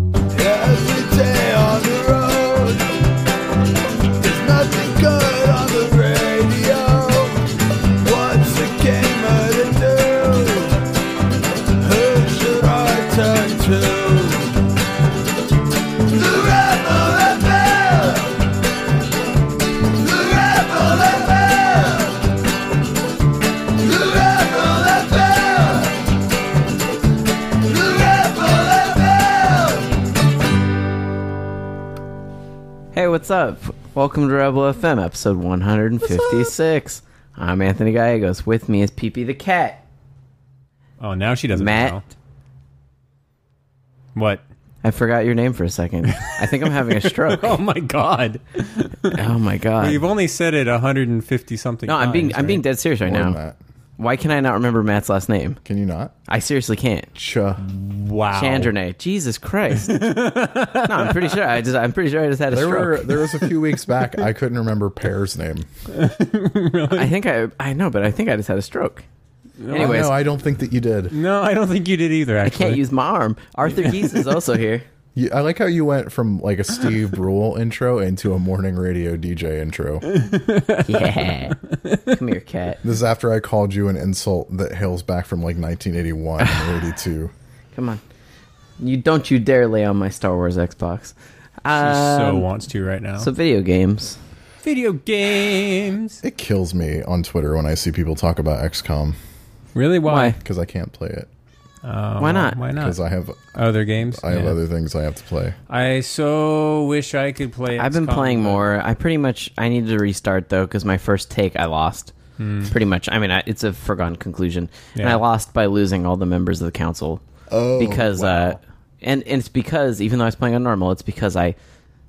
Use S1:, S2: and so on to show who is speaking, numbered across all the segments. S1: Every day on the road, there's nothing good on the radio. What's the gamer to do? Who should I turn to? The Rebel FM! The Rebel FM! The Rebel FM! The Rebel FM!
S2: Hey, what's up? Welcome to Rebel FM, episode 156. I'm Anthony Gallegos. With me is Peepee the Cat.
S3: Oh, now she doesn't
S2: Matt,
S3: know. What?
S2: I forgot your name for a second. I think I'm having a stroke.
S3: Oh my god.
S2: oh my god.
S3: You've only said it 150 something
S2: No, I'm being I'm being dead serious right
S4: Or
S2: now.
S4: Matt.
S2: Why can I not remember Matt's last name?
S4: Can you not?
S2: I seriously can't.
S4: Ch. Oh.
S3: Wow.
S2: Chandernay. Jesus Christ. no, I'm pretty sure. I just I'm pretty sure I just had a
S4: There
S2: stroke.
S4: were there was a few weeks back I couldn't remember Pear's name.
S2: I think I I know, but I think I just had a stroke. Anyways,
S4: no, I don't think that you did.
S3: No, I don't think you did either
S2: I can't
S3: actually.
S2: use my arm. Arthur Geese is also here.
S4: You, I like how you went from like a Steve Brule intro into a morning radio DJ intro. This
S2: Yeah. Come here, cat.
S4: is after I called you an insult that hails back from like 1981 and 82.
S2: Come on. You don't you dare lay on my Star Wars Xbox.
S3: She so
S2: Um,
S3: wants to right now.
S2: so video games.
S3: video games.
S4: It kills me on Twitter when I see people talk about XCOM
S3: Really?
S2: Why?
S3: Why?
S4: because I can't play it
S3: Oh,
S2: Why not?
S3: Why
S4: because
S3: not?
S4: I have
S3: Other games.
S4: I have
S3: Yeah.
S4: other things I have to play.
S3: I so wish I could play.
S2: I've been
S3: XCOM,
S2: playing
S3: but-
S2: more. I pretty much I needed to restart though because my first take I lost. Pretty much. I mean, I, it's a foregone conclusion, and
S3: Hmm. Yeah.
S2: I lost by losing all the members of the council.
S4: Oh,
S2: because uh, and, and it's because even though I was playing on normal, it's because I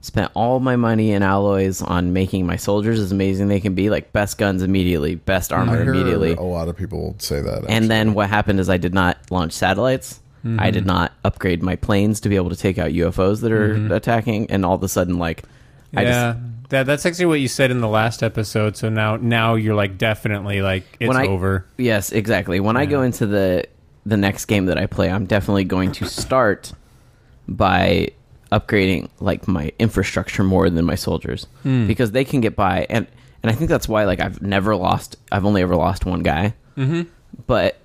S2: spent all my money in alloys on making my soldiers as amazing they can be, like best guns immediately, best
S3: Hmm.
S4: I
S2: armor
S4: hear
S2: immediately.
S4: a lot of people say that.
S2: And
S4: actually.
S2: then what happened is I did not launch satellites. I did not upgrade my planes to be able to take out UFOs that are attacking. And all of a sudden, like, I
S3: Yeah. That, that's actually what you said in the last episode. So now now you're like definitely like it's
S2: When I-
S3: over.
S2: just yes, exactly. When I go into the the next game that I play, I'm definitely going to start by upgrading like my infrastructure more than my soldiers because they can get by. And and I think that's why like I've never lost. I've only ever lost one guy. Mm-hmm. But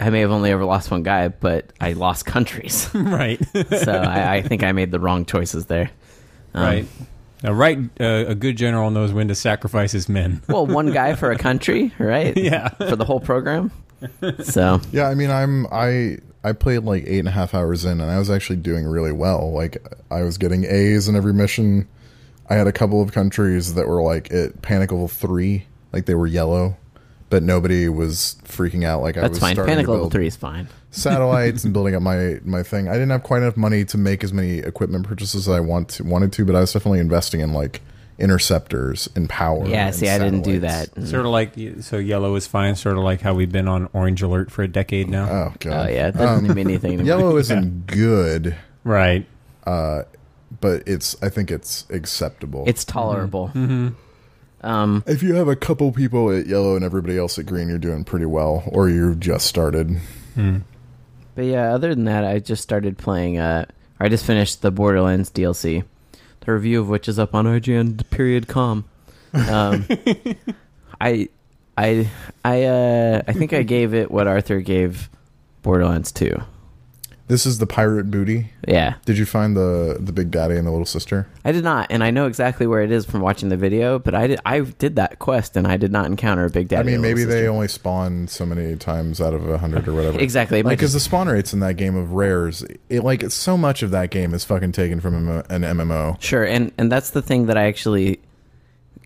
S2: I may have only ever lost one guy, but I lost countries.
S3: right.
S2: so I, I think I made the wrong choices there. Um,
S3: right. A right uh, a good general knows when to sacrifice his men.
S2: Well, one guy for a country, right?
S3: Yeah.
S2: For the whole program. So
S4: Yeah, I mean, I'm I I played like eight and a half hours in, and I was actually doing really well. Like I was getting A's in every mission. I had a couple of countries that were like at Panic Level Three, like they were yellow, but nobody was freaking out. Like I
S2: that's
S4: was
S2: fine.
S4: starting
S2: Panic
S4: to
S2: level
S4: build
S2: three is fine.
S4: satellites and building up my my thing. I didn't have quite enough money to make as many equipment purchases as I want to, wanted to, but I was definitely investing in like interceptors and power.
S2: yeah.
S4: and
S2: See, I didn't do that.
S4: satellites.
S3: Sort of like so, yellow is fine. Sort of like how we've been on orange alert for a decade now.
S4: Oh god.
S2: Oh yeah, it doesn't mean anything. To me.
S4: Yellow isn't good.
S3: right.
S4: but it's I think it's acceptable.
S2: It's tolerable.
S3: Mm-hmm.
S4: if you have a couple people at yellow and everybody else at green, you're doing pretty well, or you've just started.
S2: But yeah, other than that, I just started playing. Uh, or I just finished the Borderlands DLC, the review of which is up on IGN period com. Um, I, I, I, uh, I think I gave it what Arthur gave Borderlands two.
S4: This is the pirate booty.
S2: Yeah,
S4: Did you find the the big daddy and the little sister?
S2: I did not, and I know exactly where it is from watching the video. But I did, I did that quest, and I did not encounter a big daddy.
S4: I mean,
S2: and a
S4: maybe
S2: little
S4: they
S2: sister.
S4: only spawn so many times out of a hundred or whatever.
S2: exactly. It might
S4: Like, because
S2: just-
S4: the spawn rates in that game of rares, it like it's so much of that game is fucking taken from MMO an MMO.
S2: sure, and and that's the thing that I actually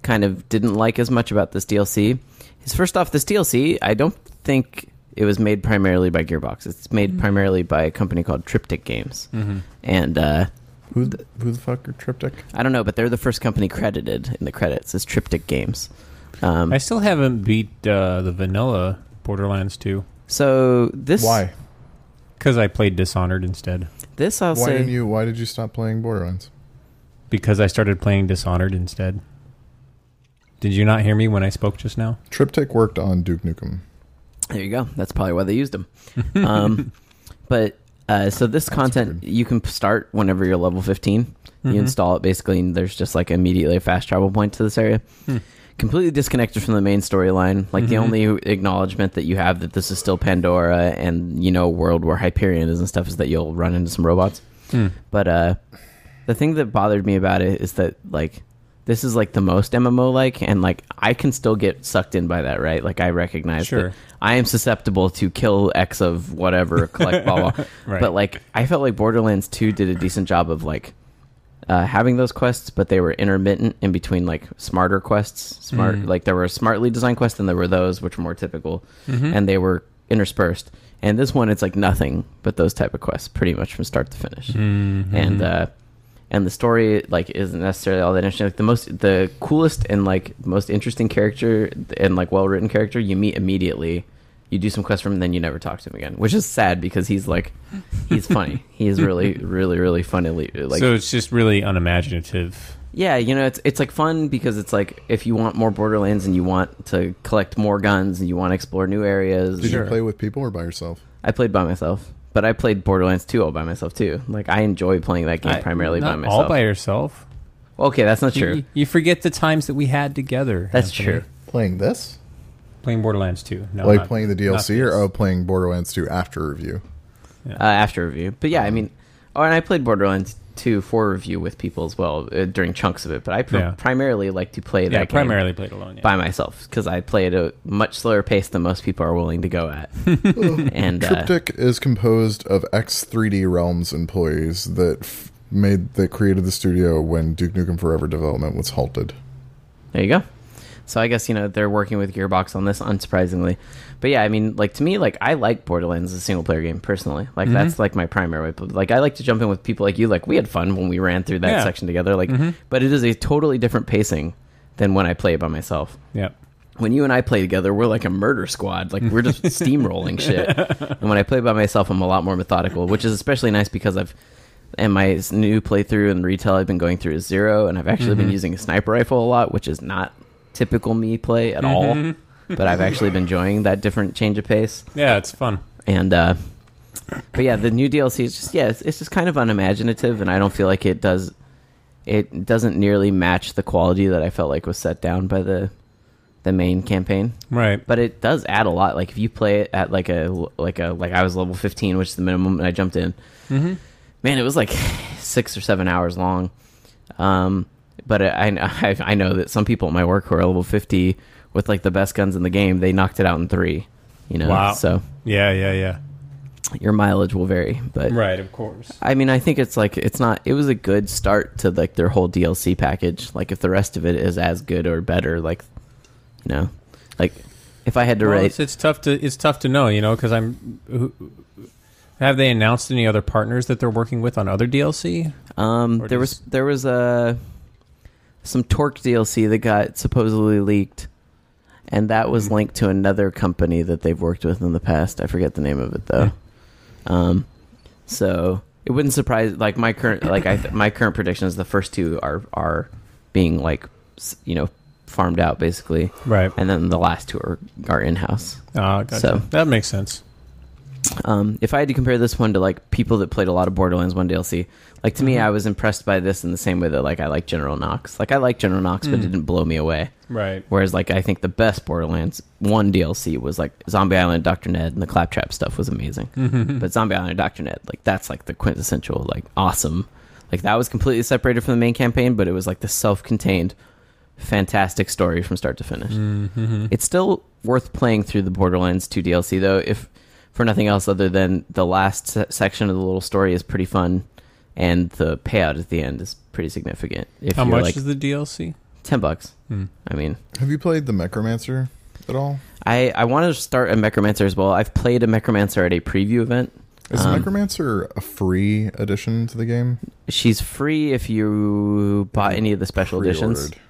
S2: kind of didn't like as much about this DLC. Is first off, this DLC, I don't think it was made primarily by Gearbox. It's made primarily by a company called Triptych Games, and uh,
S4: Who the, who the fuck are Triptych?
S2: I don't know, but they're the first company credited in the credits as Triptych Games. Um,
S3: I still haven't beat uh, the vanilla Borderlands 2
S2: so this
S4: Why?
S3: because I played Dishonored instead.
S2: this I'll
S4: Why
S2: say
S4: didn't you? Why did you stop playing Borderlands?
S3: Because I started playing Dishonored instead. Did you not hear me when I spoke just now?
S4: Triptych worked on Duke Nukem.
S2: There you go. That's probably why they used them. Um, but uh, Uh, so this content you can start whenever you're level 15. You install it basically, and there's just like immediately a fast travel point to this area. Completely disconnected from the main storyline. Like the only acknowledgement that you have that this is still Pandora and you know a world where Hyperion is and stuff is that you'll run into some robots. But uh, the thing that bothered me about it is that like this is like the most MMO like, and like I can still get sucked in by that, right? Like I recognize
S3: Sure.
S2: that I am susceptible to kill X of whatever, collect blah blah.
S3: Right.
S2: But like I felt like Borderlands Two did a decent job of like uh, having those quests, but they were intermittent in between like smarter quests. Smart, like there were smartly designed quests, and there were those which were more typical, and they were interspersed. And this one, it's like nothing but those type of quests, pretty much from start to finish. And uh, and the story like isn't necessarily all that interesting. Like the most, the coolest and like most interesting character and like well written character you meet immediately. You do some quests from him, then you never talk to him again, which is sad because he's like, he's funny. he is really, really, really funny. Like,
S3: so it's just really unimaginative.
S2: yeah, you know, it's it's like fun because it's like if you want more Borderlands and you want to collect more guns and you want to explore new areas.
S4: Did you play with people or by yourself?
S2: I played by myself, but I played Borderlands 2 all by myself too. Like I enjoy playing that game
S3: I-
S2: primarily by
S3: not
S2: myself.
S3: All by yourself.
S2: okay, that's not true.
S3: You, you forget the times that we had together.
S2: That's
S3: Anthony.
S2: true.
S4: Playing this?
S3: Playing Borderlands 2. No,
S4: like
S3: not-
S4: playing the
S3: Uh, not
S4: DLC or
S3: this.
S4: oh, playing Borderlands 2 after review?
S2: Uh, after review, but
S3: Um,
S2: yeah, I mean, oh, and I played Borderlands 2 for review with people as well uh, during chunks of it. But I pr-
S3: Yeah.
S2: primarily like to play that
S3: yeah,
S2: game
S3: primarily played alone. Yeah.
S2: by myself because I play at a much slower pace than most people are willing to go at. and uh,
S4: Triptych is composed of ex 3D Realms employees that f- made that created the studio when Duke Nukem Forever development was halted.
S2: There you go. So I guess you know they're working with Gearbox on this, unsurprisingly. But yeah, I mean, like to me, like I like Borderlands as a single player game personally. Like
S3: Mm-hmm.
S2: that's like my primary way. Like I like to jump in with people like you. Like we had fun when we ran through that
S3: Yeah. Mm-hmm.
S2: section together. Like, but it is a totally different pacing than when I play it by myself.
S3: Yep.
S2: When you and I play together, we're like a murder squad. Like we're just steamrolling shit. And when I play by myself, I'm a lot more methodical, which is especially nice because I've and my s- new playthrough and retail I've been going through is zero, and I've actually been using a sniper rifle a lot, which is not typical me play at all. But I've actually been enjoying that different change of pace.
S3: Yeah, it's fun.
S2: And uh, but yeah, the new DLC is just yeah, it's, it's just kind of unimaginative, and I don't feel like it does. It doesn't nearly match the quality that I felt like was set down by the the main campaign
S3: Right.
S2: but it does add a lot. Like if you play it at like a like a like I was level fifteen, which is the minimum, and I jumped in.
S3: Mm-hmm.
S2: Man, it was like six or seven hours long. Um, but I, I I know that some people at my work who are level fifty with like the best guns in the game, they knocked it out in three. You know,
S3: Wow.
S2: so
S3: yeah, yeah, yeah.
S2: your mileage will vary, but
S3: Right, of course.
S2: I mean, I think it's like it's not. It was a good start to like their whole DLC package. Like if the rest of it is as good or better, like you know, like if I had to
S3: Well,
S2: rate,
S3: it's, it's tough to it's tough to know, you know, because I'm. who- Have they announced any other partners that they're working with on other DLC?
S2: Um,
S3: Or
S2: there was
S3: just-
S2: there was a some Torque DLC that got supposedly leaked, and that was
S3: Hmm.
S2: linked to another company that they've worked with in the past. I forget the name of it though. Um, so it wouldn't surprise like my current like I my current prediction is the first two are are being like s- you know farmed out basically,
S3: Right.
S2: and then the last two are are in house.
S3: Uh, gotcha.
S2: So-
S3: that makes sense.
S2: Um, if I had to compare this one to like people that played a lot of Borderlands One DLC, like to me, I was impressed by this in the same way that like I like General Knox. Like I like General Knox, but it didn't blow me away.
S3: Right.
S2: Whereas like I think the best Borderlands One DLC was like Zombie Island, Doctor Ned, and the Claptrap stuff was amazing.
S3: Mm-hmm.
S2: But Zombie Island, Doctor Ned, like that's like the quintessential like awesome. Like that was completely separated from the main campaign, but it was like the self-contained, fantastic story from start to finish.
S3: Mm-hmm.
S2: It's still worth playing through the Borderlands 2 DLC though, if for nothing else other than the last se- section of the little story is pretty fun, and the payout at the end is pretty significant. If
S3: How
S2: you're
S3: much
S2: like
S3: is Hmm. the DLC?
S2: ten bucks, I mean.
S4: Have you played the Mechromancer at all?
S2: I, I want to start a Mechromancer as well. I've played a Mechromancer at a preview event.
S4: Is
S2: Um,
S4: the Mechromancer a free addition to the game?
S2: She's free if you bought any of the special editions.
S4: Pre-ordered.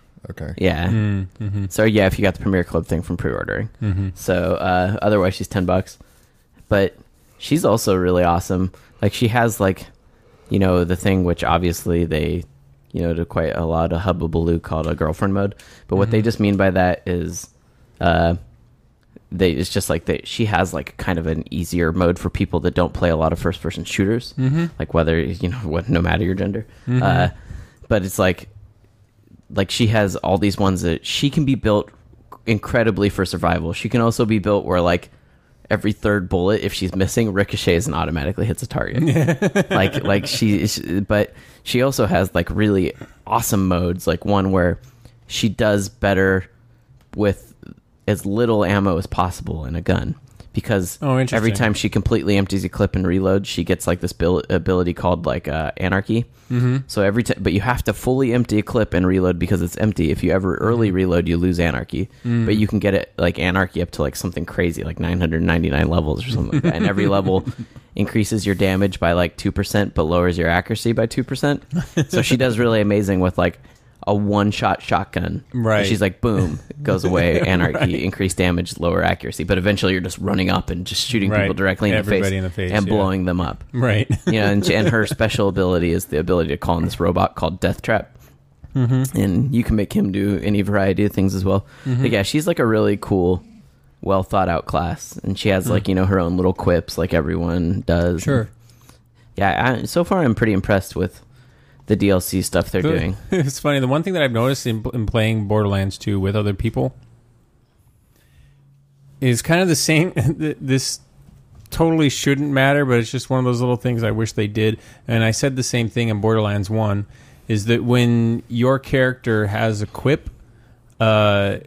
S4: Okay.
S2: Yeah. So yeah, if you got the Premier Club thing from pre-ordering. So uh, otherwise, she's ten bucks. But she's also really awesome. Like she has like, you know, the thing which obviously they, you know, to quite a lot of hubbubaloo called a girlfriend mode. But what they just mean by that is, uh, they it's just like that she has like kind of an easier mode for people that don't play a lot of first person shooters like whether you know what no matter your gender uh, but it's like like she has all these ones that she can be built incredibly for survival she can also be built where like every third bullet if she's missing ricochets and automatically hits a target like like she, she but she also has like really awesome modes like one where she does better with as little ammo as possible in a gun because
S3: Oh, interesting.
S2: every time she completely empties a clip and reloads she gets like this bil- ability called like uh, anarchy mm-hmm. so every time but you have to fully empty a clip and reload because it's empty if you ever early reload you lose anarchy but you can get it like anarchy up to like something crazy like 999 levels or something like that and every level increases your damage by like 2% but lowers your accuracy by 2% so she does really amazing with like a one shot shotgun.
S3: Right.
S2: And she's like, boom, goes away, anarchy, increased damage, lower accuracy. But eventually you're just running up and just shooting
S3: Right.
S2: people directly in the, face
S3: Everybody in the face,
S2: and
S3: yeah.
S2: blowing them up.
S3: Right.
S2: You know, and, and her special ability is the ability to call in this robot called Death Trap. Mm-hmm. And you can make him do any variety of things as well.
S3: Mm-hmm.
S2: But yeah, she's like a really cool, well thought out class. And she has like, you know, her own little quips like everyone does.
S3: Hmm. Sure.
S2: Yeah, I, so far I'm pretty impressed with the DLC stuff they're
S3: The-
S2: doing.
S3: It's funny. The one thing that I've noticed in, in playing Borderlands 2 with other people is kind of the same. th- This totally shouldn't matter, but it's just one of those little things I wish they did. And I said the same thing in Borderlands 1 is that when your character has a quip, uh,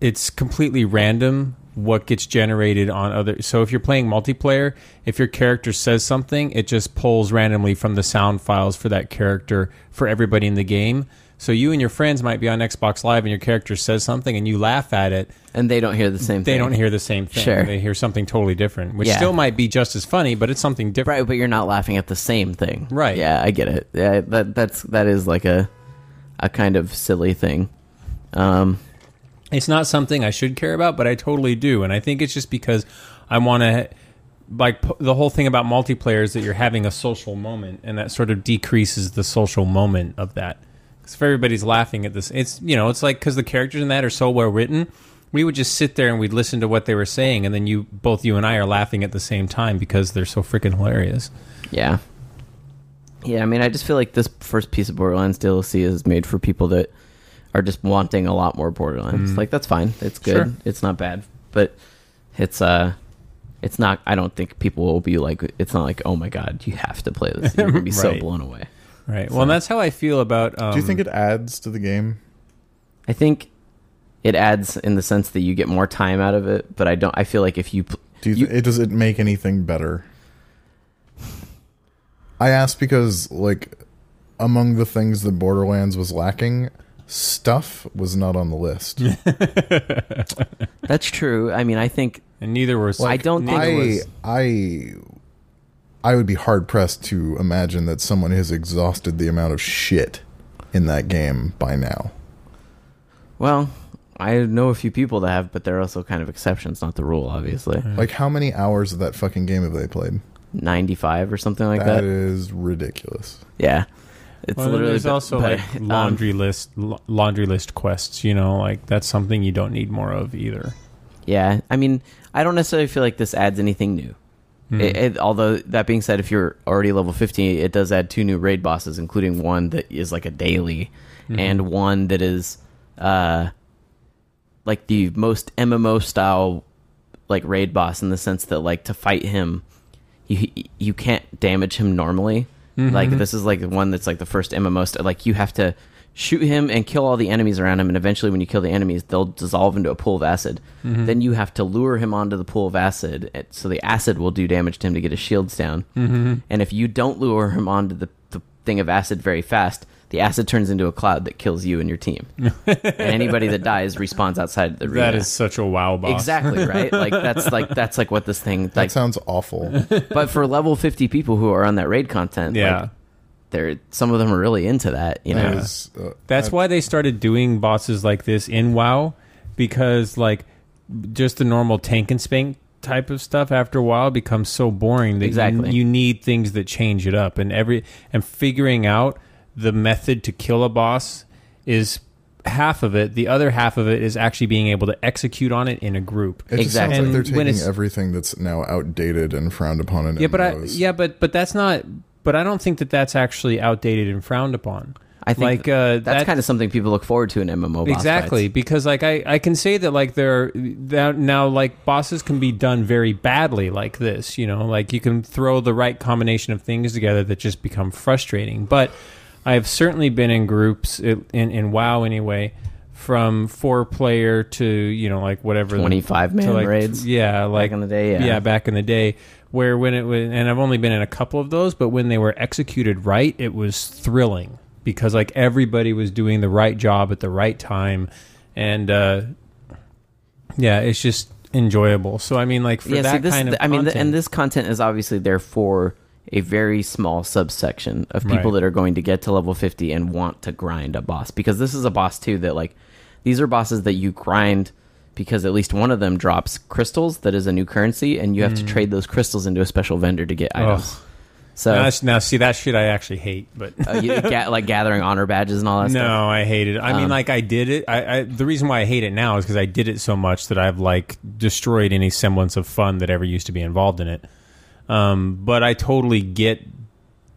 S3: it's completely random what gets generated on other so if you're playing multiplayer if your character says something it just pulls randomly from the sound files for that character for everybody in the game so you and your friends might be on xbox live and your character says something and you laugh at it
S2: And they don't hear the same
S3: they
S2: thing.
S3: don't hear the same thing
S2: Sure.
S3: they hear something totally different which
S2: Yeah.
S3: still might be just as funny but it's something different
S2: Right, but you're not laughing at the same thing.
S3: Right.
S2: Yeah, I get it. Yeah, that that's that is like a a kind of silly thing. Um
S3: it's not something I should care about, but I totally do, and I think it's just because I want to. Like p- the whole thing about multiplayer is that you're having a social moment, and that sort of decreases the social moment of that. Because if everybody's laughing at this, it's you know, it's like because the characters in that are so well written, we would just sit there and we'd listen to what they were saying, and then you both you and I are laughing at the same time because they're so freaking hilarious.
S2: yeah. Yeah, I mean I just feel like this first piece of Borderlands DLC is made for people that are just wanting a lot more Borderlands. Like that's fine. It's good.
S3: Mm-hmm. Sure.
S2: It's not bad. But it's uh it's not I don't think people will be like it's not like, oh my god, you have to play this. You're gonna be so
S3: Right.
S2: blown away.
S3: Right. Well, and that's how I feel about. Um,
S4: Do you think it adds to the game?
S2: I think it adds in the sense that you get more time out of it, but I don't. I feel like if you, pl-
S4: Do you,
S2: You-
S4: th- it does it make anything better? I asked because like among the things that Borderlands was lacking, stuff was not on the list.
S2: that's true. I mean, I think
S3: and neither was
S2: I don't think-
S3: neither
S4: I
S3: was-
S4: I I would be hard pressed to imagine that someone has exhausted the amount of shit in that game by now.
S2: well, I know a few people that have, but they're also kind of exceptions, not the rule, obviously.
S4: Like how many hours of that fucking game have they played?
S2: Ninety-five or something like that.
S4: that is ridiculous.
S2: yeah, it's
S3: Well, then
S2: literally
S3: there's
S2: but-
S3: also
S2: but,
S3: like
S2: um,
S3: laundry list la- laundry list quests. You know, like that's something you don't need more of either.
S2: Yeah, I mean, I don't necessarily feel like this adds anything new. It, it- although that being said, if you're already level 50, it does add two new raid bosses, including one that is like a daily, and one that is uh, like the most MMO style like raid boss in the sense that like to fight him, you you can't damage him normally.
S3: Mm-hmm.
S2: Like this is like the one that's like the first MMO st- like you have to shoot him and kill all the enemies around him and eventually when you kill the enemies they'll dissolve into a pool of acid.
S3: Mm-hmm.
S2: Then you have to lure him onto the pool of acid and- so the acid will do damage to him to get his shields down.
S3: Mm-hmm.
S2: And if you don't lure him onto the, the thing of acid very fast, the acid turns into a cloud that kills you and your team. and anybody that dies respawns outside the arena.
S3: That is such a wow boss.
S2: Exactly right. Like that's like that's like what this thing
S4: That
S2: like.
S4: sounds awful.
S2: but for level fifty people who are on that raid content,
S3: Yeah.
S2: like, they're some of them are really into that. You know,
S4: That is, uh,
S3: That's why they started doing bosses like this in WoW because like just the normal tank and spank type of stuff after a while becomes so boring that you-
S2: Exactly.
S3: you, need things that change it up and every and figuring out the method to kill a boss is half of it. The other half of it is actually being able to execute on it in a group.
S4: It just sounds
S2: Exactly.
S4: like they're
S3: And when
S4: taking
S3: it's-
S4: everything that's now outdated and frowned upon in
S3: yeah, but I,
S4: MMOs.
S3: yeah, but but that's not. But I don't think that that's actually outdated and frowned upon.
S2: I think
S3: like uh,
S2: That's
S3: that-
S2: kind of something people look forward to in MMO. boss
S3: exactly
S2: fights.
S3: because like I, I can say that like there are that now like bosses can be done very badly like this you know like you can throw the right combination of things together that just become frustrating but i have certainly been in groups in in, in wow anyway from four player to you know like whatever the-
S2: 25 man
S3: to, like,
S2: raids.
S3: yeah like
S2: in the day, yeah.
S3: back in the day where when it was and i've only been in a couple of those but when they were executed right it was thrilling because like everybody was doing the right job at the right time and uh yeah it's just enjoyable so i mean like for
S2: yeah,
S3: that
S2: see, this,
S3: kind
S2: is
S3: of
S2: the- I mean, the,
S3: content,
S2: and this content is obviously there for a very small subsection of people
S3: Right.
S2: that are going to get to level 50 and want to grind a boss because this is a boss too that like these are bosses that you grind because at least one of them drops crystals that is a new currency and you have to trade those crystals into a special vendor to get items.
S3: Mm. Ugh.
S2: So
S3: now, that's- now, see that shit i actually hate but
S2: uh, you ga- like gathering honor badges and all that stuff.
S3: No, I hate it. I
S2: Um,
S3: mean, like I did it. I, I the reason why I hate it now is because I did it so much that I've like destroyed any semblance of fun that ever used to be involved in it. Um, but I totally get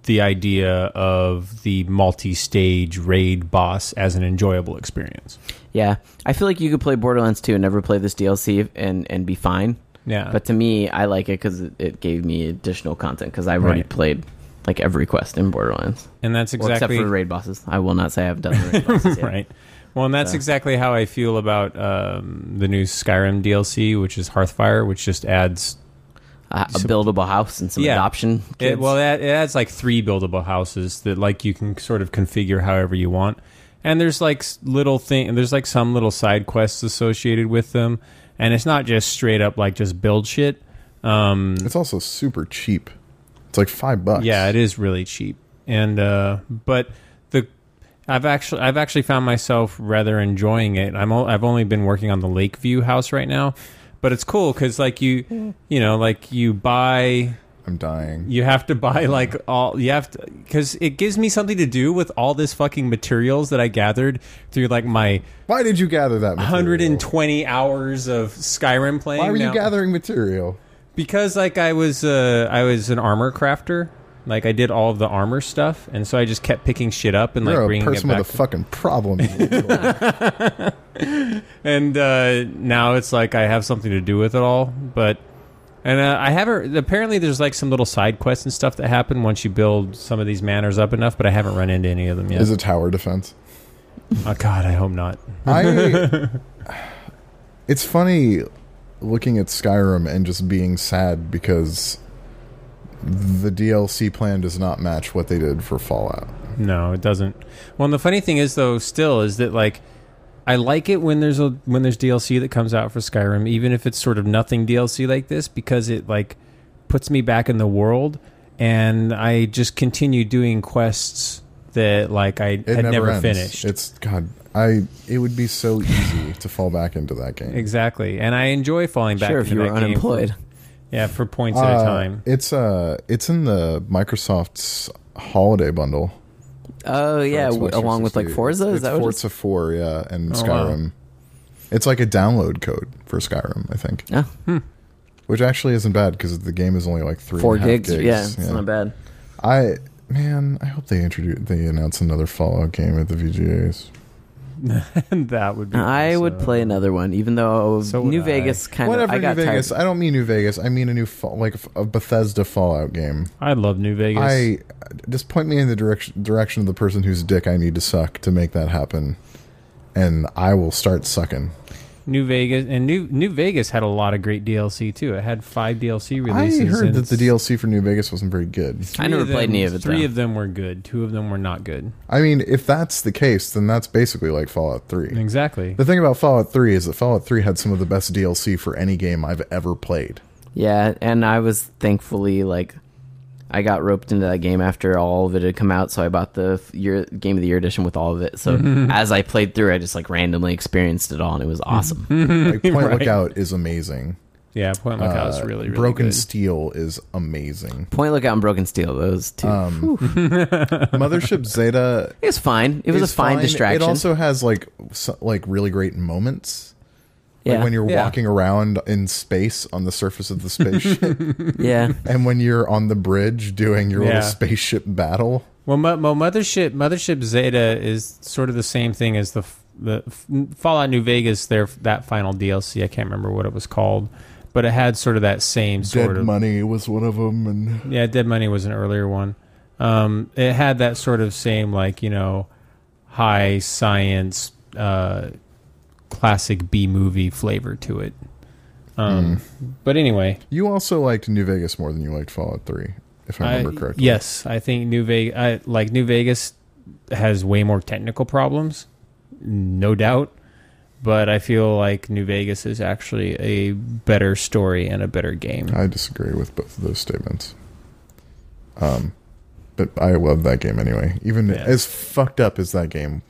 S3: the idea of the multi-stage raid boss as an enjoyable experience.
S2: Yeah, I feel like you could play Borderlands 2 and never play this DLC and and be fine.
S3: Yeah,
S2: But to me, I like it because it, it gave me additional content because I've already
S3: Right.
S2: played like every quest in Borderlands,
S3: and that's
S2: Well,
S3: exactly
S2: except for raid bosses. I will not say I've done the raid bosses yet.
S3: right. Well, and that's
S2: So-
S3: exactly how I feel about um, the new Skyrim DLC, which is Hearthfire, which just adds
S2: A, a buildable house and some
S3: Yeah.
S2: adoption. Kids.
S3: It, well, that, it adds like three buildable houses that like you can sort of configure however you want. And there's like s- little thing, and there's like some little side quests associated with them. And it's not just straight up like just build shit. Um,
S4: It's also super cheap. It's like five bucks.
S3: yeah, it is really cheap. And uh, but the I've actually I've actually found myself rather enjoying it. I'm o- I've only been working on the Lakeview house right now, but it's cool because like you you know like you buy
S4: I'm dying.
S3: you have to buy like all you have to because it gives me something to do with all this fucking materials that I gathered through like my
S4: Why did you gather that material?
S3: 120 hours of Skyrim playing.
S4: Why were
S3: now.
S4: you gathering material?
S3: Because like I was uh, I was an armor crafter. Like I did all of the armor stuff, and so I just kept picking shit up and like
S4: You're a
S3: bringing it
S4: person
S3: back.
S4: with a fucking problem. you little-
S3: and uh, now it's like I have something to do with it all. But and uh, I haven't. Apparently, there's like some little side quests and stuff that happen once you build some of these manors up enough. But I haven't run into any of them yet.
S4: is it tower defense?
S3: Oh God, I hope not.
S4: I. It's funny looking at Skyrim and just being sad because the DLC plan does not match what they did for Fallout.
S3: No, it doesn't. Well, and the funny thing is though, still is that like I like it when there's a when there's DLC that comes out for Skyrim, even if it's sort of nothing DLC like this, because it like puts me back in the world, and I just continue doing quests that like I
S4: It
S3: had
S4: never,
S3: never,
S4: ends.
S3: finished.
S4: It's God. I. It would be so easy to fall back into that game.
S3: exactly, and I enjoy falling back.
S2: sure, if
S3: into
S2: you were
S3: that game for-
S2: unemployed,
S3: yeah, for points at
S4: Uh,
S3: a time.
S4: It's uh, it's in the Microsoft's holiday bundle.
S2: oh yeah,
S4: Xbox
S2: w- along with like
S4: 360.
S2: Forza, is
S4: it's
S2: that what? it's-
S4: Forza Four, yeah, and
S3: Oh, wow.
S4: Skyrim. It's like a download code for Skyrim, I think,
S2: Oh,
S4: which actually isn't bad because the game is only like three
S2: four
S4: and a half
S2: gigs. Yeah, it's not bad.
S4: I man, I hope they introduce they announce another Fallout game at the VGAs.
S3: that would be.
S2: I would
S3: awesome.
S2: play another one, even though
S3: So would
S2: New
S3: I.
S2: Vegas kind
S4: Whatever
S2: of. I
S4: New
S2: got
S4: Vegas,
S2: tired.
S4: I don't mean New Vegas. I mean a new fall, like a Bethesda Fallout game.
S3: I love New Vegas.
S4: I just point me in the direction direction of the person whose dick I need to suck to make that happen, and I will start sucking.
S3: New Vegas and New New Vegas had a lot of great DLC too. It had five DLC releases.
S4: I heard
S3: and
S4: that the DLC for New Vegas wasn't very good.
S3: three
S2: I never
S3: them-
S2: played any of it,
S3: Three
S2: though.
S3: of them were good. Two of them were not good.
S4: I mean, if that's the case, then that's basically like Fallout 3.
S3: Exactly.
S4: The thing about Fallout 3 is that Fallout 3 had some of the best DLC for any game I've ever played.
S2: Yeah, and I was thankfully like I got roped into that game after all of it had come out, so I bought the f- year game of the year edition with all of it. So as I played through, I just like randomly experienced it all, and it was awesome.
S4: Like, Point
S3: Right.
S4: Lookout is amazing.
S3: Yeah, Point Lookout is
S4: Uh,
S3: really, really
S4: Broken
S3: good.
S4: Steel is amazing.
S2: Point Lookout and Broken Steel, those two.
S4: Um,
S2: Whew.
S4: Mothership Zeta
S2: it was fine. It was a
S4: is
S2: fine, distraction.
S4: It also has like so, like really great moments. Like
S2: yeah.
S4: when you're
S3: Yeah.
S4: walking around in space on the surface of the spaceship,
S2: yeah.
S4: and when you're on the bridge doing your
S3: Yeah.
S4: little spaceship battle.
S3: Well, mo- mo- mothership mothership Zeta is sort of the same thing as the f- the f- Fallout New Vegas. Their that final DLC, I can't remember what it was called, but it had sort of that same sort
S4: Dead
S3: of
S4: Money was one of them, and
S3: yeah. Dead Money was an earlier one. Um, it had that sort of same like you know high science uh, classic B movie flavor to it. Um,
S4: Hmm.
S3: But anyway,
S4: you also liked New Vegas more than you liked Fallout Three, if I remember
S3: I-
S4: correctly.
S3: Yes, I think New Vegas, I, like New Vegas, has way more technical problems, no doubt. But I feel like New Vegas is actually a better story and a better game.
S4: I disagree with both of those statements. Um, but I love that game anyway. Even
S3: Yeah.
S4: as fucked up as that game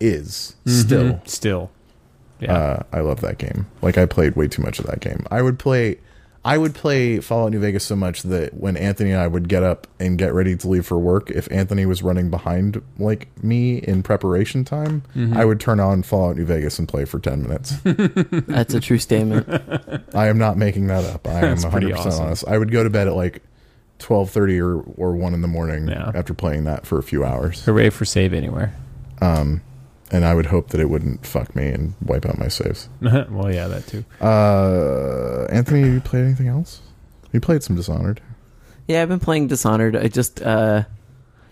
S4: is, still,
S3: Mhm, still, yeah,
S4: uh, I love that game. Like I played way too much of that game. I would play, I would play Fallout New Vegas so much that when Anthony and I would get up and get ready to leave for work, if Anthony was running behind like me in preparation time,
S3: Mm-hmm.
S4: I would turn on Fallout New Vegas and play for ten minutes.
S2: That's a true statement.
S4: I am not making that up. I am
S3: That's pretty
S4: 100%
S3: awesome.
S4: honest. I would go to bed at like 12:30 or or 1 in the morning
S3: Yeah.
S4: after playing that for a few hours.
S3: hooray for save anywhere.
S4: Um and I would hope that it wouldn't fuck me and wipe out my saves.
S3: well, yeah, that too.
S4: Uh Anthony, have you played anything else? You played some Dishonored.
S2: Yeah, I've been playing Dishonored. I just, uh,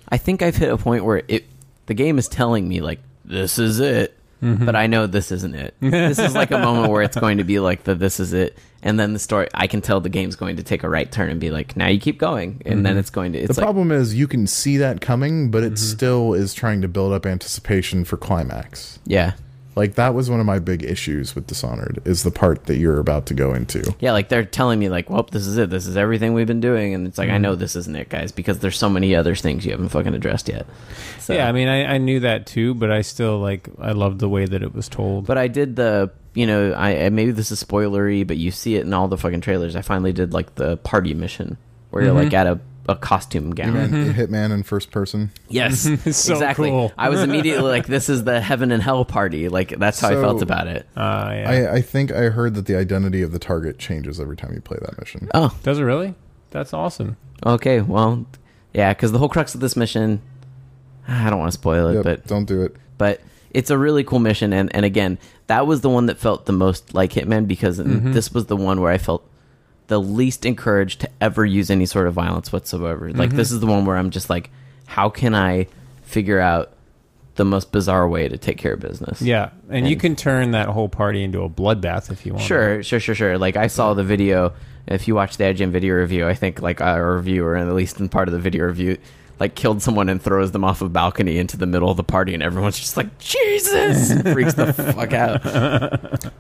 S2: I think I've hit a point where it, the game is telling me like this is it, but I know this isn't it. this is like a moment where it's going to be like the this is it, and then the story. I can tell the game's going to take a right turn and be like, now you keep going, and then it's going to.
S4: The
S2: It's like, Mm-hmm.
S4: problem is you can see that coming, but it still is trying to build up anticipation for climax.
S2: yeah,
S4: Like that was one of my big issues with Dishonored is the part that you're about to go into.
S2: yeah. Like they're telling me like, well, this is it. This is everything we've been doing, and it's like I know this isn't it, guys, because there's so many other things you haven't fucking addressed yet. So,
S3: Yeah, I mean, I, I knew that too, but I still like I loved the way that it was told.
S2: But I did the, you know, I I- maybe this is spoilery, but you see it in all the fucking trailers. I finally did like the party mission where you're
S3: Mm-hmm.
S2: like at a, a costume gown.
S4: And Hitman in first person.
S2: Yes,
S3: It's so
S2: exactly.
S3: cool.
S2: I was immediately like, "This is the heaven and hell party." Like that's how I
S4: So-
S2: felt about it.
S3: uh, yeah.
S4: I, I think I heard that the identity of the target changes every time you play that mission.
S2: Oh,
S3: Does it really? That's awesome.
S2: okay. Well, yeah, because the whole crux of this mission, I don't want to spoil it,
S4: Yep,
S2: but
S4: don't do it.
S2: but it's a really cool mission and and again that was the one that felt the most like hitman because this was the one where i felt the least encouraged to ever use any sort of violence whatsoever like this is the one where i'm just like how can i figure out the most bizarre way to take care of business
S3: Yeah, and, you
S2: And-
S3: can turn that whole party into a bloodbath if you want.
S2: Sure, sure, sure, sure. Like I saw the video. If you watch the IGN video review, I think like our reviewer, and at least in part of the video review, like killed someone and throws them off a balcony into the middle of the party, and everyone's just like, "Jesus!" and freaks the fuck out.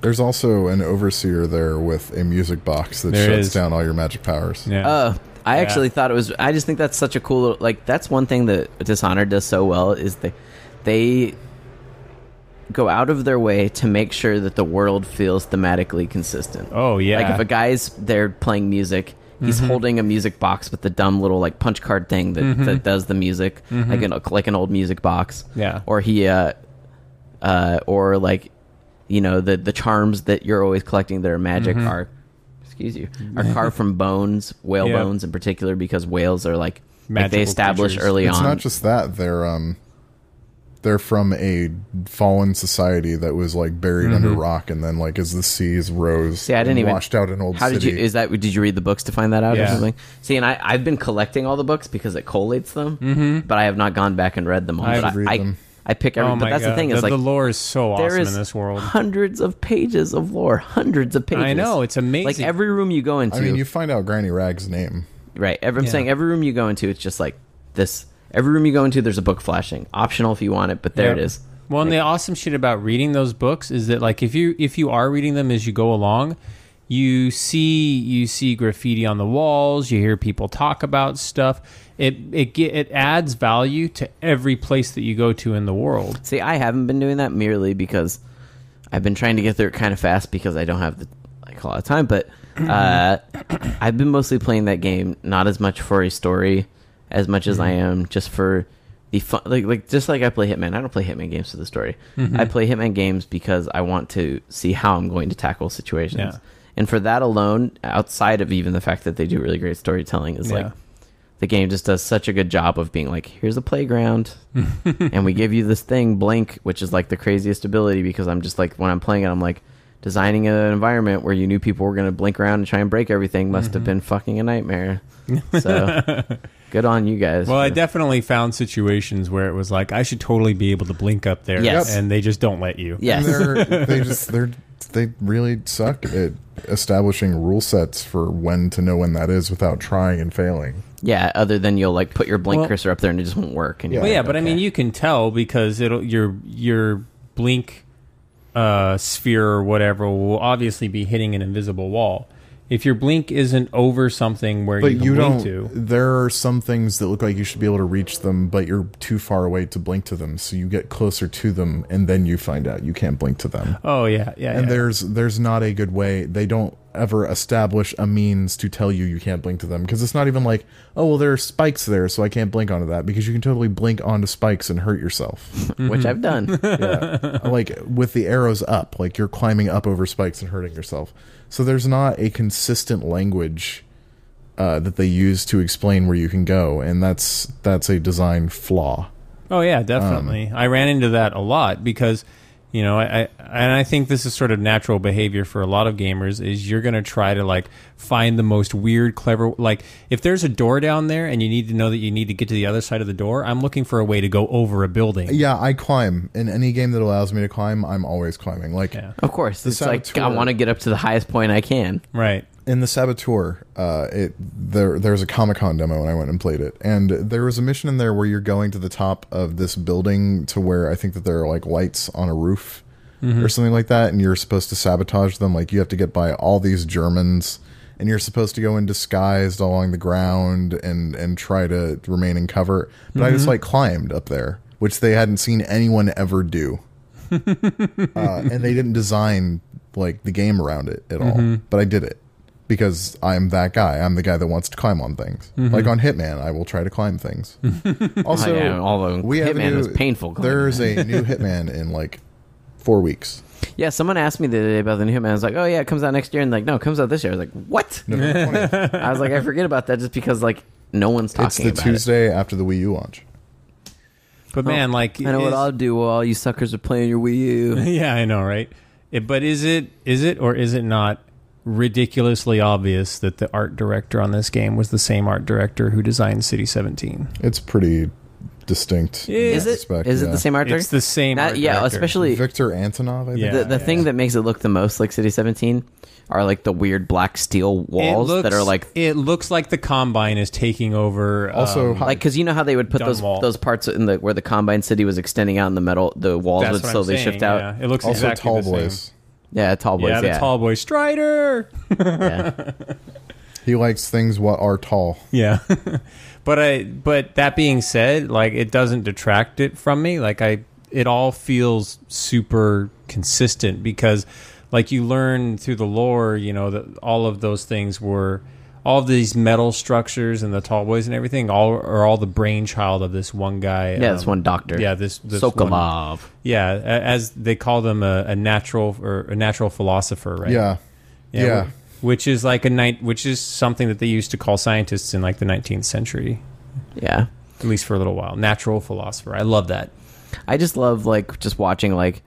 S4: There's also an overseer there with a music box that
S3: There
S4: shuts
S3: is.
S4: down all your magic powers.
S3: Yeah.
S2: Uh, I
S3: Yeah.
S2: actually thought it was. I just think that's such a cool. Like that's one thing that Dishonored does so well is they they go out of their way to make sure that the world feels thematically consistent.
S3: Oh yeah. Mm-hmm.
S2: Like if a guy's there playing music, he's holding a music box with the dumb little like punch card thing that, that does the music, like an like an old music box.
S3: Mm-hmm. Yeah.
S2: Or he, uh, uh, or like, you know, the the charms that you're always collecting that are magic
S3: Mm-hmm.
S2: are, excuse you, are carved from bones, whale
S3: Yeah.
S2: bones in particular, because whales are like. like
S3: Magical
S2: they establish
S3: creatures.
S2: early
S4: It's
S2: on.
S4: not just that they're um they're from a fallen society that was like buried under rock and then like as the seas rose
S2: Mm-hmm. See, I didn't
S4: and
S2: even-
S4: washed out an old
S2: How did
S4: city.
S2: you? Is that? Did you read the books to find that out or
S3: Yeah.
S2: something? See, and I, I've been collecting all the books because it collates them, but I have not gone back and read them all.
S3: I
S2: but
S4: read
S2: I,
S4: them.
S2: I, I pick every.
S3: Mm-hmm. oh my
S2: but that's
S3: god.
S2: the thing is
S3: the,
S2: like
S3: the lore is so
S2: there
S3: awesome
S2: is
S3: in this world.
S2: hundreds of pages of lore, hundreds of pages.
S3: I know it's amazing.
S2: Like every room you go into,
S4: I mean, you find out Granny Rag's name.
S2: right? Every, I'm
S3: Yeah.
S2: saying every room you go into, it's just like this. Every room you go into, there's a book flashing, optional if you want it, but there
S3: Yep.
S2: it is.
S3: Well, and the awesome shit about reading those books is that like if you if you are reading them as you go along, you see you see graffiti on the walls, you hear people talk about stuff. It it get, it adds value to every place that you go to in the world.
S2: See, I haven't been doing that merely because I've been trying to get through it kind of fast because I don't have the like a lot of time. But uh, I've been mostly playing that game not as much for a story as much as
S3: Mm-hmm.
S2: I am just for the fun. Like, like just like I play Hitman, I don't play Hitman games for the story.
S3: Mm-hmm.
S2: I play Hitman games because I want to see how I'm going to tackle situations.
S3: Yeah.
S2: And for that alone, outside of even the fact that they do really great storytelling, is
S3: Yeah.
S2: like the game just does such a good job of being like, here's a playground, and we give you this thing, Blink, which is like the craziest ability because I'm just like, when I'm playing it, I'm like, designing an environment where you knew people were going to blink around and try and break everything must have been fucking a nightmare. So good on you guys.
S3: Well, I
S2: for-
S3: definitely found situations where it was like I should totally be able to blink up there,
S2: Yes.
S3: and they just don't let you.
S4: And
S2: Yes.
S4: they're, they just they're they really suck at establishing rule sets for when to know when that is without trying and failing.
S2: Yeah, other than you'll like put your blink
S3: Well-
S2: cursor up there and it just won't work. And you're
S4: Well,
S3: Well,
S2: like,
S3: yeah, but I mean,
S2: okay.
S3: you can tell because it'll your your blink uh, sphere or whatever will obviously be hitting an invisible wall. If your blink isn't over something where
S4: But
S3: you, can
S4: you
S3: blink
S4: don't.
S3: to,
S4: There are some things that look like you should be able to reach them, but you're too far away to blink to them. So you get closer to them, and then you find out you can't blink to them.
S3: oh yeah, yeah,
S4: And
S3: yeah.
S4: there's there's not a good way. They don't ever establish a means to tell you you can't blink to them because it's not even like oh well there are spikes there so I can't blink onto that because you can totally blink onto spikes and hurt yourself.
S2: which I've done.
S4: yeah. like with the arrows up, like you're climbing up over spikes and hurting yourself. So there's not a consistent language uh, that they use to explain where you can go, and that's that's a design flaw.
S3: Oh yeah, definitely.
S4: Um,
S3: I ran into that a lot because you know, I, I and I think this is sort of natural behavior for a lot of gamers is you're going to try to like find the most weird clever like if there's a door down there and you need to know that you need to get to the other side of the door, I'm looking for a way to go over a building.
S4: Yeah, I climb in any game that allows me to climb. I'm always climbing. Like
S3: Yeah.
S2: Of course. it's like I
S4: saboteur-
S2: want to get up to the highest point I can.
S3: Right.
S4: in the Saboteur, uh, it there there was a Comic Con demo and I went and played it, and there was a mission in there where you're going to the top of this building to where I think that there are like lights on a roof or something like that, and you're supposed to sabotage them. Like you have to get by all these Germans, and you're supposed to go in disguised along the ground and and try to remain in cover. But I just like climbed up there, which they hadn't seen anyone ever do uh, and they didn't design like the game around it at all. But I did it because I'm that guy. I'm the guy that wants to climb on things. Like on Hitman, I will try to climb things. also,
S2: I know, although
S4: we have a
S2: Hitman
S4: new-
S2: is painful climbing
S4: There's a new Hitman in like four weeks.
S2: Yeah, someone asked me the other day about the new Hitman. I was like, oh, yeah, it comes out next year. And like, no, it comes out this year. I was like, what?
S4: November 20th.
S2: I was like, I forget about that just because, like, no one's talking
S4: it's the
S2: about
S4: Tuesday after the Wii U launch.
S3: But man, like
S2: it. Oh, I know what
S3: is-
S2: I'll do while all you suckers are playing your Wii U.
S3: Yeah, I know, right? It, but is it is it or is it not ridiculously obvious that the art director on this game was the same art director who designed City 17?
S4: It's pretty distinct. in
S3: Is
S2: Is
S4: that
S2: it?
S4: respect,
S2: is it
S4: yeah.
S2: the same art
S3: It's
S2: director?
S3: the same
S2: Not-
S3: art
S2: yeah,
S3: director.
S2: especially
S4: Victor Antonov? I think.
S3: Yeah.
S2: the, the thing
S3: yeah.
S2: that makes it look the most like City 17 are like the weird black steel
S3: It
S2: walls that are like
S3: it looks like the combine is taking over.
S4: Also,
S3: um,
S4: hi-
S2: like because you know how they would put
S3: Dumb
S2: those
S3: wall.
S2: those parts in the where the combine city was extending out in the metal the walls
S3: that's
S2: would
S3: what I'm
S2: slowly
S3: saying,
S2: shift out yeah,
S3: Yeah. It looks
S4: also
S3: exactly
S4: Tall
S3: the same.
S4: Boys.
S2: tall boys
S3: Yeah,
S2: yeah,
S3: the tall boy Strider.
S2: yeah.
S4: He likes things what are tall.
S3: Yeah. but I but that being said, like it doesn't detract it from me. Like I it all feels super consistent because like you learn through the lore, you know, that all of those things were all of these metal structures and the tall boys and everything all are all the brainchild of this one guy.
S2: Yeah, this
S3: um,
S2: one doctor
S3: Yeah, this, this one-
S2: Sokolov
S3: Yeah, a- as they call them a, a natural or a natural philosopher, right?
S4: Yeah. Yeah.
S3: wh- Which is like a night, which is something that they used to call scientists in like the 19th century
S2: yeah
S3: at least for a little while. Natural philosopher. I love that.
S2: I just love like just watching like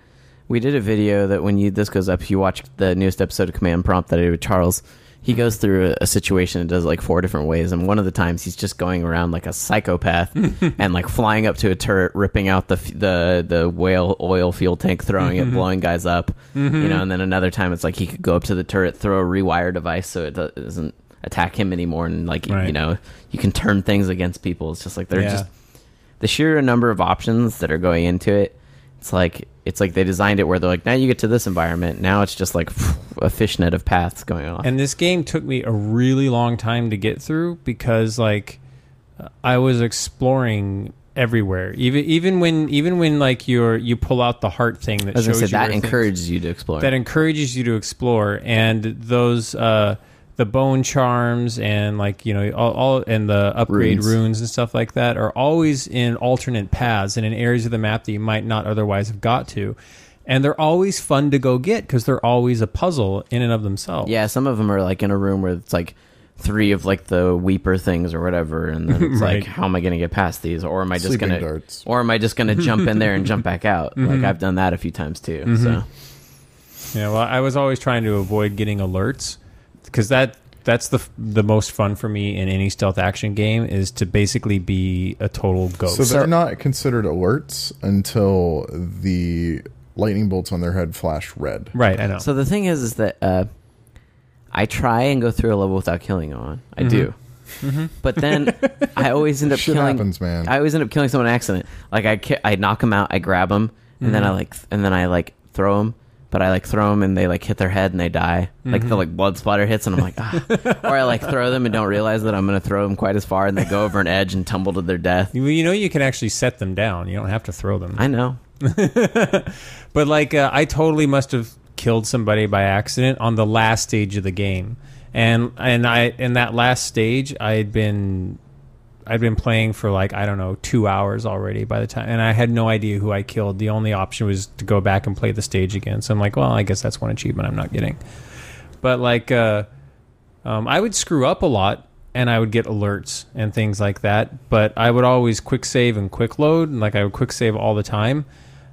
S2: we did a video that when you this goes up, if you watch the newest episode of Command Prompt that I did with Charles,
S3: Mm-hmm.
S2: he goes through a, a situation and does like four different ways, and one of the times he's just going around like a psychopath and like flying up to a turret, ripping out the f- the the whale oil fuel tank, throwing
S3: Mm-hmm.
S2: it, blowing guys up, you know, and then another time it's like he could go up to the turret, throw a rewire device so it do- it doesn't attack him anymore, and like
S3: Right.
S2: you know you can turn things against people. It's just like they're
S3: Yeah.
S2: just the sheer number of options that are going into it it's like it's like they designed it where they're like now you get to this environment now it's just like a fishnet of paths going on
S3: And this game took me a really long time to get through because like I was exploring everywhere. Even even when even when like you're you pull out the heart thing that
S2: I was gonna
S3: shows
S2: say
S3: you
S2: that
S3: where things-
S2: encourages you to explore
S3: that encourages you to explore and those uh the bone charms and like you know all, all and the upgrade runes.
S4: Runes.
S3: and stuff like that are always in alternate paths and in areas of the map that you might not otherwise have got to and they're always fun to go get because they're always a puzzle in and of themselves
S2: Yeah, some of them are like in a room where it's like three of like the weeper things or whatever, and then it's
S3: Right.
S2: like, how am I going to get past these, or am I just
S4: Sleeping
S2: going to,
S4: darts.
S2: or am I just going to jump in there and jump back out? Like I've done that a few times too.
S3: Mm-hmm.
S2: So
S3: Yeah, well, I was always trying to avoid getting alerts because that that's the f- the most fun for me in any stealth action game is to basically be a total ghost.
S4: So they're not considered alerts until the lightning bolts on their head flash red.
S3: right, I know.
S2: So the thing is, is that uh, I try and go through a level without killing anyone. I do, but then I always end up
S4: Shit
S2: killing.
S4: happens, man.
S2: I always end up killing someone on accident. Like I, ki- I knock them out, I grab them, and then I like, th- and then I like throw them. But I like throw them and they like hit their head and they die. Like the like blood splatter hits and I'm like, ah. or I like throw them and don't realize that I'm gonna throw them quite as far and they go over an edge and tumble to their death.
S3: you, you know, you can actually set them down. You don't have to throw them.
S2: I know.
S3: But like, uh, I totally must have killed somebody by accident on the last stage of the game, and and I in that last stage, I had been. I'd been playing for like I don't know two hours already by the time, and I had no idea who I killed. The only option was to go back and play the stage again. So I'm like, well, I guess that's one achievement I'm not getting. But like, uh, um, I would screw up a lot, and I would get alerts and things like that. But I would always quick save and quick load, and like I would quick save all the time.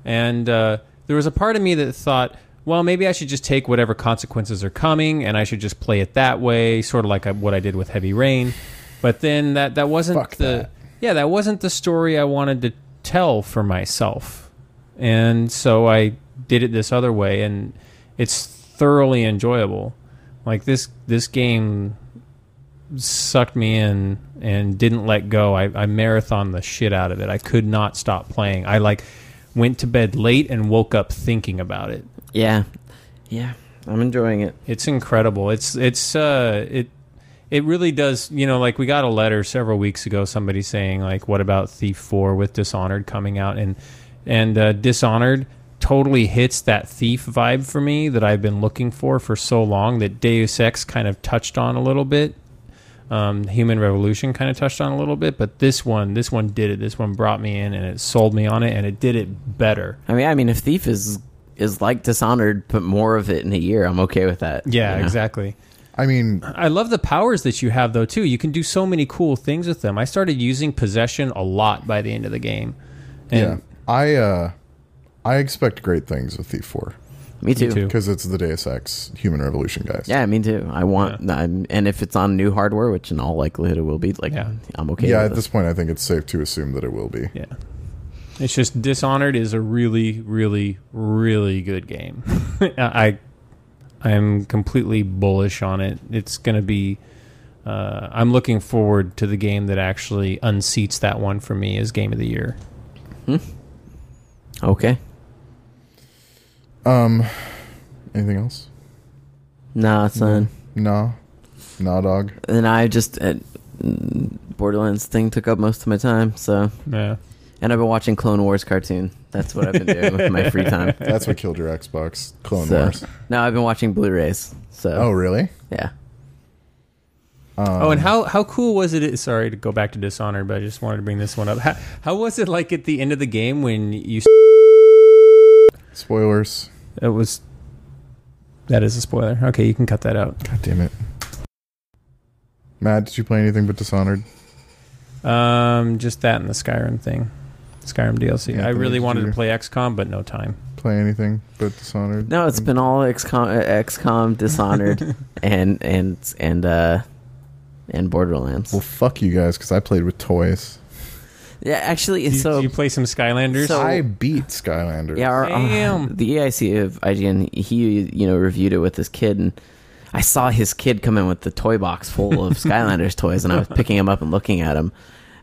S3: And uh, there was a part of me that thought, well, maybe I should just take whatever consequences are coming, and I should just play it that way, sort of like I, what I did with Heavy Rain. But then that that wasn't
S4: Fuck
S3: the
S4: that.
S3: yeah that wasn't the story I wanted to tell for myself, and so I did it this other way, and it's thoroughly enjoyable. Like this this game sucked me in and didn't let go. I, I marathoned the shit out of it. I could not stop playing. I like went to bed late and woke up thinking about it.
S2: Yeah, yeah. I'm enjoying it.
S3: It's incredible. It's it's uh it it really does, you know, like we got a letter several weeks ago somebody saying like what about Thief 4 with Dishonored coming out and and uh, Dishonored totally hits that thief vibe for me that I've been looking for for so long that Deus Ex kind of touched on a little bit um, Human Revolution kind of touched on a little bit, but this one, this one did it. This one brought me in, and it sold me on it, and it did it better.
S2: I mean, I mean, if Thief is is like Dishonored, but more of it in a year, I'm okay with that.
S3: Yeah,
S2: you know?
S3: exactly.
S4: I mean,
S3: I love the powers that you have though too. You can do so many cool things with them. I started using possession a lot by the end of the game.
S4: yeah.
S3: And
S4: I uh I expect great things with Thief 4
S2: Me too.
S3: too.
S4: because it's the Deus Ex Human Revolution guys.
S2: Yeah, me too. I want, I'm, and if it's on new hardware, which in all likelihood it will be, like
S3: Yeah.
S2: I'm okay.
S4: Yeah,
S2: with
S4: at
S2: it.
S4: this point I think it's safe to assume that it will be.
S3: yeah. It's just Dishonored is a really, really, really good game. I I'm completely bullish on it. It's gonna be uh, I'm looking forward to the game that actually unseats that one for me as game of the year.
S2: Okay.
S4: Anything else?
S2: Nah, son.
S4: Nah. Nah dog.
S2: And I just uh, mm, Borderlands thing took up most of my time. So,
S3: Yeah.
S2: and I've been watching Clone Wars cartoon. That's what I've been doing with my free time.
S4: That's what killed your Xbox. Clone
S2: So-
S4: Wars.
S2: No, I've been watching Blu-rays. So,
S4: Oh really?
S2: yeah.
S3: oh, and how how cool was it? Sorry to go back to Dishonored, but I just wanted to bring this one up. How, how was it like at the end of the game when you?
S4: Spoilers.
S3: It was. That is a spoiler. Okay, you can cut that out.
S4: God damn it. Matt, did you play anything but Dishonored?
S3: Um, just that and the Skyrim thing, Skyrim DLC. I
S4: Anthony,
S3: really
S4: did
S3: wanted to
S4: you-
S3: play XCOM, but no time.
S4: Play anything but Dishonored?
S2: No, it's been all XCOM, uh, XCOM Dishonored, and and and uh, and Borderlands.
S4: Well, fuck you guys, because I played with toys.
S2: Yeah, actually,
S3: Did,
S2: so
S3: did you play some Skylanders?
S2: So-
S4: I beat Skylanders.
S2: Yeah, our, our-
S3: Damn.
S2: the EIC of IGN, he you know reviewed it with his kid, and I saw his kid come in with the toy box full of Skylanders toys, and I was picking him up and looking at him,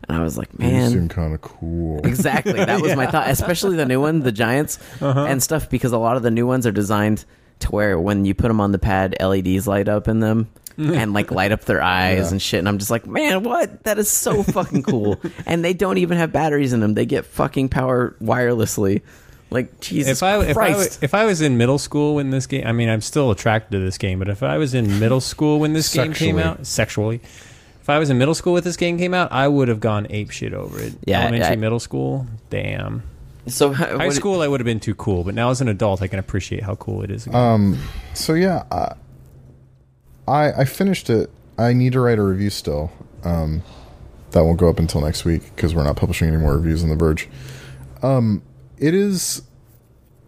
S2: and I was like,
S4: You
S2: man.
S4: seem kind of cool.
S2: Exactly. That was my thought, especially the new one, the Giants
S4: Uh-huh.
S2: and stuff, because a lot of the new ones are designed to where when you put them on the pad, LEDs light up in them and like light up their eyes
S4: Yeah.
S2: and shit. And I'm just like, man, what? That is so fucking cool. and they don't even have batteries in them. They get fucking power wirelessly. Like Jesus
S3: if I, if I
S2: Christ.
S3: if I was in middle school when this game, I mean, I'm still attracted to this game, but if I was in middle school when this game came
S4: Sexually.
S3: out, sexually, if I was in middle school when this game came out, I would have gone ape shit over it.
S2: Yeah,
S3: elementary,
S2: I-
S3: middle school, damn.
S2: so
S3: High school, I would have been too cool, but now as an adult, I can appreciate how cool it is.
S4: Oh,
S3: Again.
S4: So yeah, I, I I finished it. I need to write a review still. Um, that won't go up until next week because we're not publishing any more reviews on The Verge. Um, it is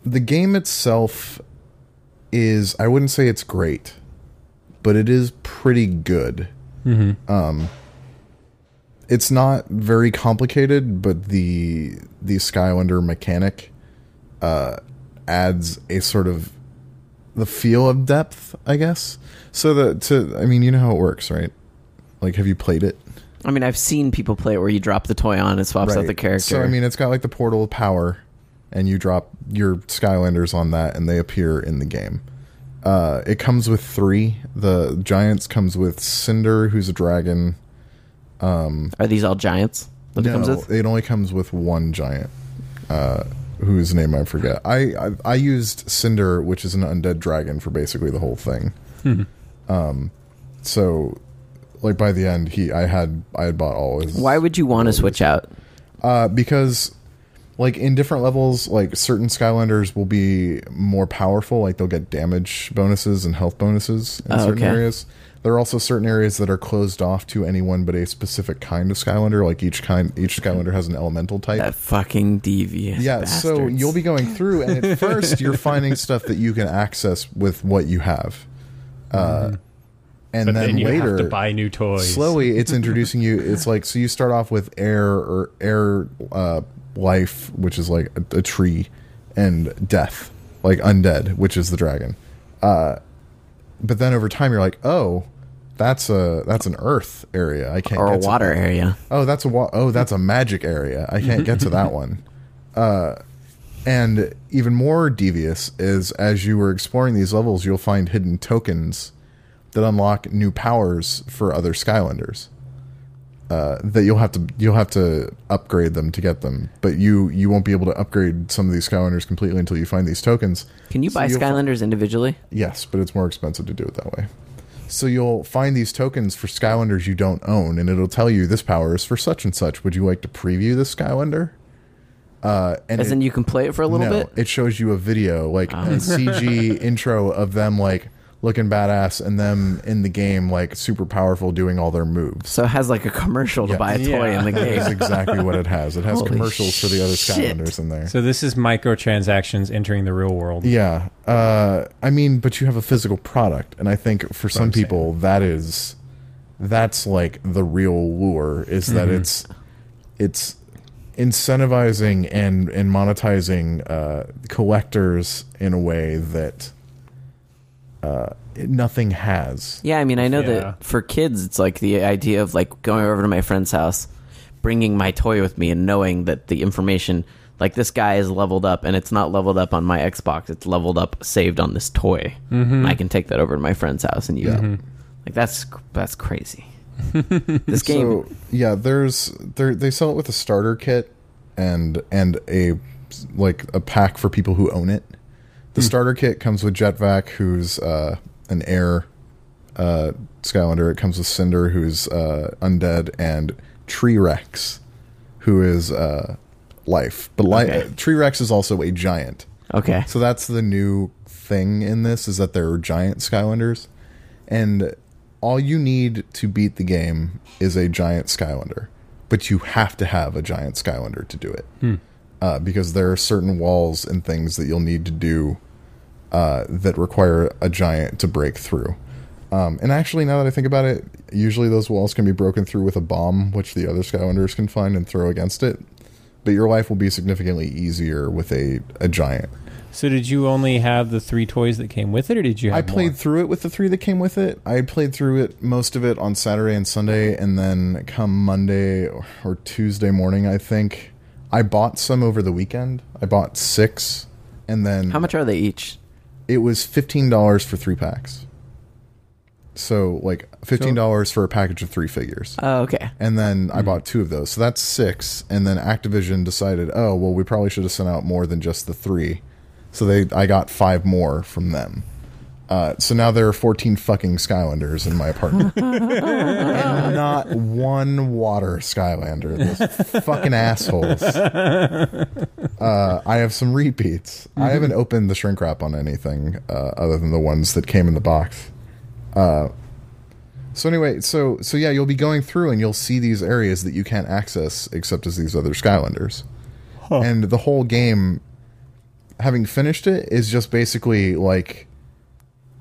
S4: the game itself is I wouldn't say it's great, but it is pretty good. Um, it's not very complicated, but the the Skylander mechanic uh, adds a sort of the feel of depth, I guess. So the to I mean, you know how it works, right? Like, have you played it?
S2: I mean, I've seen people play it where you drop the toy on and it swaps out the character.
S4: So I mean, it's got like the portal of power, and you drop your Skylanders on that, and they appear in the game. Uh, it comes with three. The giants comes with Cinder, who's a dragon.
S2: are these all giants? That it comes
S4: no,
S2: with?
S4: it only comes with one giant, uh, whose name I forget. I, I I used Cinder, which is an undead dragon, for basically the whole thing. um, so like by the end, he I had I had bought all his.
S2: Why would you want to switch out?
S4: Uh, because like in different levels, like certain Skylanders will be more powerful. Like they'll get damage bonuses and health bonuses in
S2: Oh,
S4: certain
S2: okay.
S4: areas. There are also certain areas that are closed off to anyone but a specific kind of Skylander. Like each kind, each Skylander has an elemental type.
S2: That fucking devious.
S4: yeah, so
S2: bastards.
S4: you'll be going through, and at first you're finding stuff that you can access with what you have, uh, and
S3: Mm-hmm. but then, you
S4: later
S3: have to buy new toys.
S4: slowly it's introducing you it's like so you start off with air or air uh, life which is like a, a tree and death like undead which is the dragon uh, but then over time you're like oh that's a that's an earth area i can't
S2: or a
S4: get to
S2: water area.
S4: oh that's a wa- oh that's a magic area i can't get to that one uh and even more devious is as you were exploring these levels you'll find hidden tokens that unlock new powers for other skylanders uh, that you'll have to you'll have to upgrade them to get them, but you you won't be able to upgrade some of these Skylanders completely until you find these tokens.
S2: Can you
S4: So
S2: buy
S4: you'll fi-
S2: Skylanders individually?
S4: Yes, but it's more expensive to do it that way. So you'll find these tokens for Skylanders you don't own, and it'll tell you this power is for such and such. Would you like to preview this Skylander? Uh, and
S2: As
S4: it-
S2: in, you can play it for a little
S4: no,
S2: bit. Ah.
S4: it shows you a video, like a CG intro of them like looking badass, and them in the game like super powerful doing all their moves.
S2: So it has like a commercial to
S4: Yeah.
S2: buy a toy in the
S4: That is
S2: game.
S4: exactly what it has. It has
S2: Holy
S4: commercials for the other
S2: shit.
S4: Skylanders in there.
S3: So this is microtransactions entering the real world.
S4: Yeah. Uh, I mean, but you have a physical product, and I think for some
S3: I'm saying.
S4: people that is that's like the real lure is that it's it's incentivizing and and monetizing uh, collectors in a way that uh, nothing has.
S2: Yeah, I mean, I know
S3: Yeah.
S2: that for kids, it's like the idea of like going over to my friend's house, bringing my toy with me, and knowing that the information, like this guy is leveled up, and it's not leveled up on my Xbox. It's leveled up, saved on this toy.
S4: Mm-hmm.
S2: And I can take that over to my friend's house and use it. Like that's that's crazy. this game,
S4: So yeah, there's there they sell it with a starter kit and and a like a pack for people who own it.
S2: Hmm.
S4: The starter kit comes with Jetvac, who's uh, an air uh, Skylander. It comes with Cinder, who's uh, undead, and Tree Rex, who is uh, life. But li-
S2: Okay.
S4: Tree Rex is also a giant.
S2: okay,
S4: So that's the new thing in this is that there are giant Skylanders, and all you need to beat the game is a giant Skylander, but you have to have a giant Skylander to do it, uh, because there are certain walls and things that you'll need to do uh, that require a giant to break through. Um, and actually, now that I think about it, usually those walls can be broken through with a bomb, which the other Skylanders can find and throw against it. But your life will be significantly easier with a, a giant.
S3: So did you only have the three toys that came with it, or did you? Have
S4: I played
S3: More?
S4: through it with the three that came with it. I had played through it most of it on Saturday and Sunday, and then come Monday or- or Tuesday morning, I think I bought some over the weekend. I bought six, and then
S2: how much are they each?
S4: It was fifteen dollars for three packs. So like fifteen dollars for a package of three figures.
S2: Oh, okay.
S4: and then I bought two of those. So that's six. And then Activision decided, oh well, we probably should have sent out more than just the three. So they, I got five more from them. Uh, so now there are fourteen fucking Skylanders in my apartment, and not one water Skylander. Those fucking assholes. Uh, I have some repeats. I haven't opened the shrink wrap on anything uh, other than the ones that came in the box. So anyway, so so yeah, you'll be going through and you'll see these areas that you can't access except as these other Skylanders. And the whole game having finished it is just basically like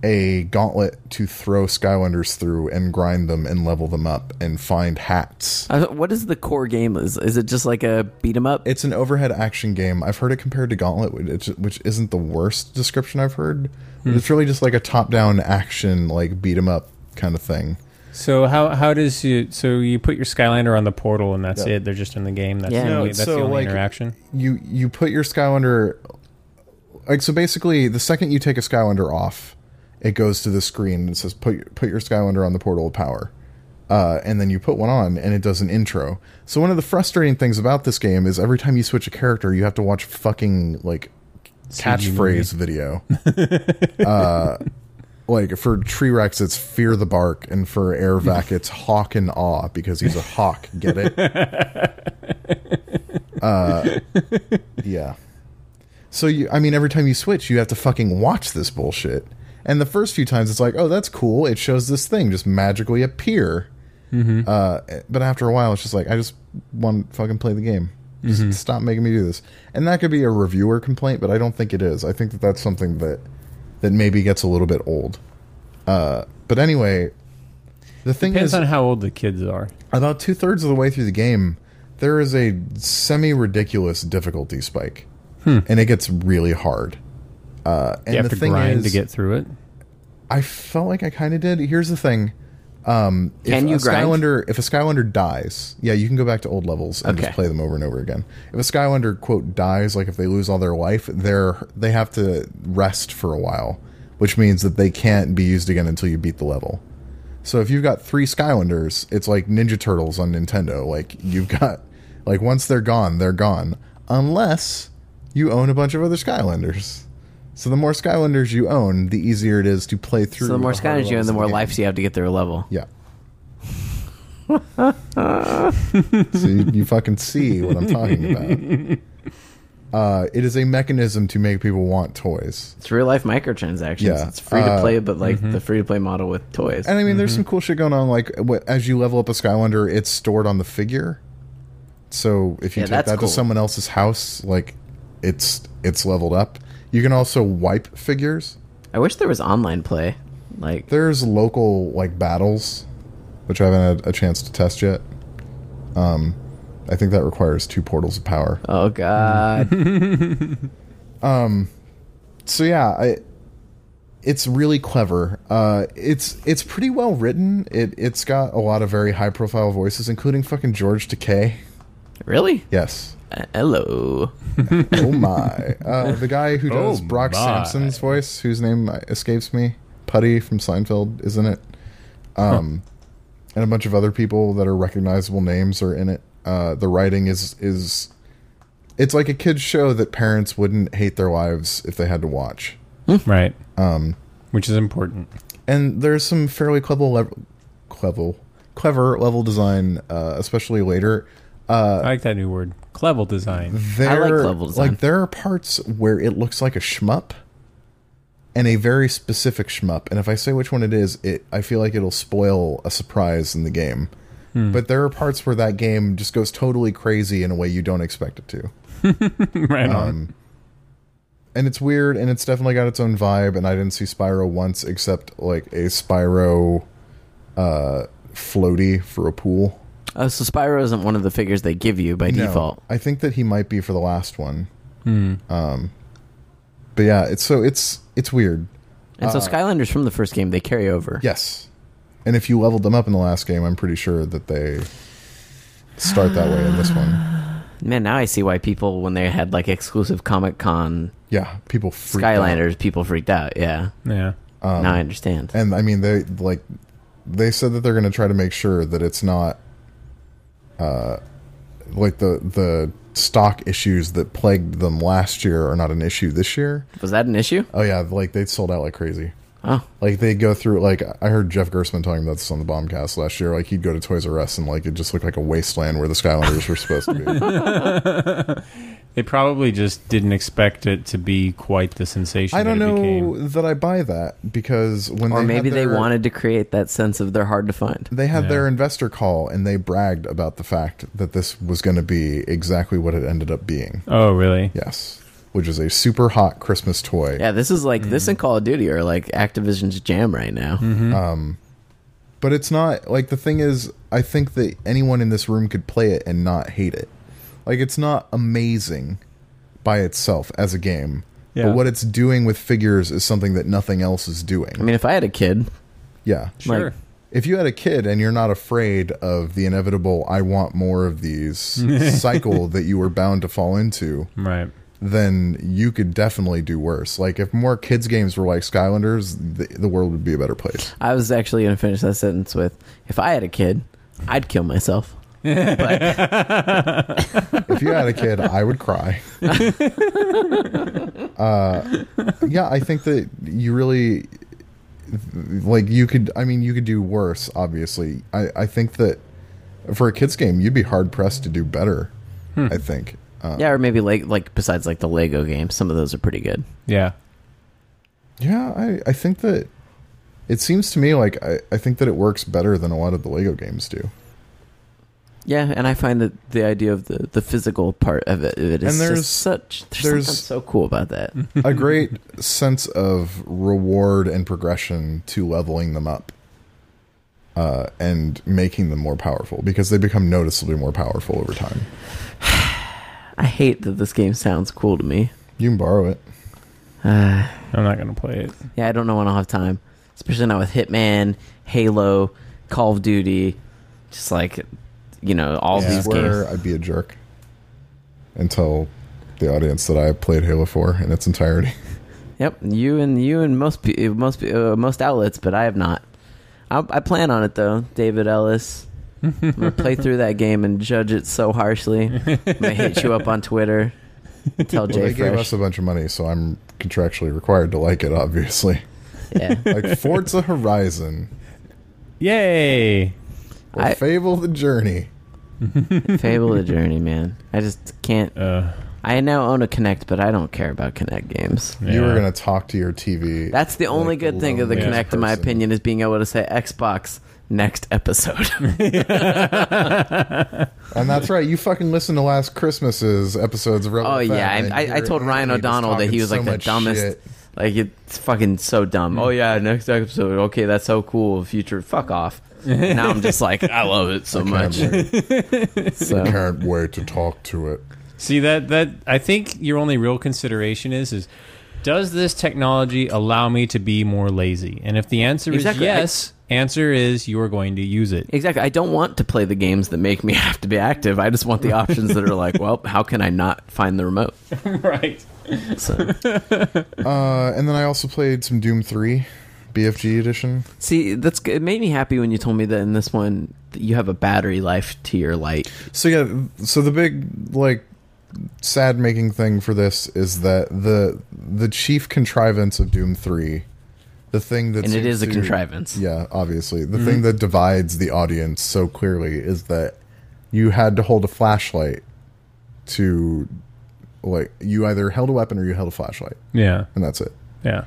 S4: a gauntlet to throw Skylanders through and grind them and level them up and find hats.
S2: I was- What is the core game? Is is it just like a beat 'em up?
S4: It's an overhead action game. I've heard it compared to Gauntlet, which, which isn't the worst description I've heard. But it's really just like a top-down action, like beat 'em up kind of thing.
S3: So how how does you so you put your Skylander on the portal and that's it? They're just in the game. That's
S2: Yeah.
S3: the
S2: No,
S3: only, that's
S4: so,
S3: the only
S4: like,
S3: interaction.
S4: you you put your Skylander like so basically the second you take a Skylander off, it goes to the screen and it says put your- put your Skylander on the portal of power. Uh, and then you put one on and it does an intro. So one of the frustrating things about this game is every time you switch a character, you have to watch fucking like catchphrase video. uh, like for Tree Rex, it's fear the bark, and for Air Vac, it's hawk and awe because he's a hawk. Get it? Yeah. So you, I mean, every time you switch, you have to fucking watch this bullshit. And the first few times, it's like, oh, that's cool. It shows this thing just magically appear.
S3: Mm-hmm.
S4: Uh, but after a while, it's just like, I just want to fucking play the game. Just
S3: Mm-hmm.
S4: stop making me do this. And that could be a reviewer complaint, but I don't think it is. I think that that's something that that maybe gets a little bit old. Uh, but anyway, the thing
S3: Depends
S4: is,
S3: on how old the kids are.
S4: about two thirds of the way through the game, there is a semi ridiculous difficulty spike, and it gets really hard. Uh, and
S3: Hmm. You have
S4: the
S3: to
S4: thing
S3: grind
S4: is,
S3: to get through it.
S4: I felt like I kind of did. Here's the thing: um,
S2: Can
S4: if
S2: you
S4: a
S2: grind?
S4: Skylander, if a Skylander dies, yeah, you can go back to old levels and
S2: Okay.
S4: just play them over and over again. If a Skylander quote dies, like if they lose all their life, they're they have to rest for a while, which means that they can't be used again until you beat the level. So if you've got three Skylanders, it's like Ninja Turtles on Nintendo. Like you've got like once they're gone, they're gone. Unless you own a bunch of other Skylanders. So the more Skylanders you own, the easier it is to play through.
S2: So the more
S4: harder
S2: Skylanders you
S4: levels
S2: and the
S4: of
S2: more
S4: game.
S2: lives you have to get through a level.
S4: Yeah. so you, you fucking see what I'm talking about. Uh, it is a mechanism to make people want toys.
S2: It's real life microtransactions.
S4: Yeah. Uh,
S2: It's free to play, but like the free to play model with toys.
S4: And I mean, there's some cool shit going on. Like wh- as you level up a Skylander, it's stored on the figure. So if you
S2: Yeah,
S4: take
S2: that's
S4: that
S2: cool.
S4: to someone else's house, like it's it's leveled up. You can also wipe figures.
S2: I wish there was online play. Like
S4: There's local like battles, which I haven't had a chance to test yet. Um, I think that requires two portals of power.
S2: oh god.
S4: so yeah, I, it's really clever. Uh, it's it's pretty well written. It it's got a lot of very high profile voices, including fucking George Takei.
S2: really?
S4: Yes.
S2: Uh, hello.
S4: Oh my! Uh, the guy who does
S3: Oh
S4: Brock
S3: my.
S4: Sampson's voice, whose name escapes me, Putty from Seinfeld, isn't it? Um, and a bunch of other people that are recognizable names are in it. Uh, the writing is is it's like a kids show that parents wouldn't hate their wives if they had to watch.
S3: right. Um, which is important.
S4: and there's some fairly clever level, clever, clever level design, uh, especially later. uh,
S3: I like that new word, clevel design.
S4: There,
S2: level design.
S4: Like there are parts where it looks like a shmup, and a very specific shmup. And if I say which one it is, it I feel like it'll spoil a surprise in the game. But there are parts where that game just goes totally crazy in a way you don't expect it to.
S3: right on.
S4: um, and it's weird and it's definitely got its own vibe and i didn't see spyro once except like a spyro uh floaty for a pool
S2: Oh, so Spyro isn't one of the figures they give you by
S4: No,
S2: default.
S4: i think that he might be for the last one um but yeah it's so it's it's weird
S2: And
S4: Uh-uh.
S2: so Skylanders from the first game they carry over.
S4: yes and if you leveled them up in the last game i'm pretty sure that they start that way in this one
S2: Man, now I see why people when they had like exclusive Comic Con
S4: yeah people freak
S2: Skylanders, people freaked out. Yeah.
S4: uh, Um,
S3: Yeah.
S2: now I understand.
S4: and i mean they like they said that they're going to try to make sure that it's not uh, like the the stock issues that plagued them last year are not an issue this year.
S2: Was that an issue?
S4: Oh yeah, like they sold out like crazy.
S2: Oh,
S4: Like they go through like I heard Jeff Gersman talking about this on the Bombcast last year. Like he'd go to Toys R Us and like it just looked like a wasteland where the Skylanders were supposed to be.
S3: They probably just didn't expect it to be quite the sensation.
S4: I don't
S3: that it
S4: know
S3: Became.
S4: that I buy that because when
S2: or
S4: they
S2: maybe
S4: had
S2: they
S4: their- uh,
S2: wanted to create that sense of they're hard to find.
S4: they had
S3: Yeah.
S4: their investor call and they bragged about the fact that this was going to be exactly what it ended up being.
S3: Oh, really?
S4: Yes, which is a super hot Christmas toy.
S2: Yeah, this is like this and
S4: Mm.
S2: Call of Duty are like Activision's jam right now.
S4: Mm-hmm. But it's not like the thing is, I think that anyone in this room could play it and not hate it. Like it's not amazing by itself as a game.
S3: Yeah.
S4: But what it's doing with figures is something that nothing else is
S2: I
S4: doing.
S2: mean, if I had a kid,
S4: Yeah.
S3: Sure.
S2: Like-
S4: If you had a kid and you're not afraid of the inevitable I want more of these cycle that you were bound to fall into,
S3: right.
S4: then you could definitely do worse. Like if more kids games were like Skylanders, the, the world would be a better place.
S2: I was actually going to finish that sentence with, "If I had a kid, I'd kill myself." but
S4: if you had a kid, I would cry. uh, yeah, I think that you really like you could. I mean, you could do worse. Obviously, I, I think that for a kids game, you'd be hard pressed to do better. I think. Uh,
S2: yeah, or maybe like like besides like the Lego games, some of those are pretty good.
S3: Yeah.
S4: yeah, I, I think that it seems to me like I, I think that it works better than a lot of the Lego games do.
S2: Yeah, and I find that the idea of the, the physical part of it, it is
S4: And there's-
S2: just such there's,
S4: there's- Mm.
S2: something so cool about that.
S4: a great sense of reward and progression to leveling them up uh, and making them more powerful because they become noticeably more powerful over time.
S2: I hate that this game sounds cool to me.
S4: You can borrow it.
S2: Uh,
S3: I'm not gonna play it.
S2: yeah, I don't know when I'll have time, especially now with Hitman, Halo, Call of Duty, just like you know all
S4: I
S2: these games.
S4: swear I'd be a jerk until the audience that I played Halo for in its entirety.
S2: Yep, you and you and most pe- uh, most pe- uh, most outlets, but I have not. I, I plan on it though, David Ellis. I'm gonna play through that game and judge it so harshly. I'm gonna hit you up on Twitter. Tell
S4: Well,
S2: Jay
S4: they gave
S2: Fresh.
S4: us a bunch of money, so I'm contractually required to like it, obviously.
S2: Yeah.
S4: Like Forza Horizon
S3: Yay!
S4: or
S2: I-
S4: Fable the Journey.
S2: Fable the Journey, man. I just can't.
S3: Uh,
S2: I now own a Connect, but I don't care about Connect games.
S4: You were
S3: Yeah.
S4: going to talk to your TV.
S2: That's the only
S4: Like the
S2: good thing of the
S4: loneliest
S2: Connect, in my
S4: person.
S2: opinion, is being able to say Xbox next episode.
S4: And that's right. You fucking listened to last Christmas's episodes of Rebel.
S2: oh
S4: Fat,
S2: yeah,
S4: and
S2: I, I, I
S4: you're-
S2: told Ryan
S4: you're just
S2: O'Donnell that he
S4: talking
S2: was
S4: so
S2: like the
S4: much
S2: dumbest.
S4: shit. Hmm.
S2: Like it's fucking so dumb. Oh yeah, next episode. Okay, that's so cool. Future, fuck off. now I'm just like, I love it so much.
S4: Can't wait,
S2: So
S4: can't wait to talk to it.
S3: see that that I think your only real consideration is is does this technology allow me to be more lazy? And if the answer
S2: Exactly.
S3: is yes, answer is you are going to use it.
S2: exactly, I don't want to play the games that make me have to be active. I just want the options that are like, well, how can I not find the remote?
S3: right.
S2: So,
S4: Uh, and then I also played some Doom Three, BFG edition.
S2: see, that's good. it made me happy when you told me that in this one that you have a battery life to your light.
S4: So yeah, so the big like sad making thing for this is that the the chief contrivance of Doom Three, the thing that
S2: And it
S4: seems
S2: is a
S4: to-
S2: contrivance.
S4: Yeah, obviously, the thing that divides the audience so clearly is that you had to hold a flashlight to like you either held a weapon or you held a flashlight,
S3: Yeah.
S4: and that's it.
S3: Yeah.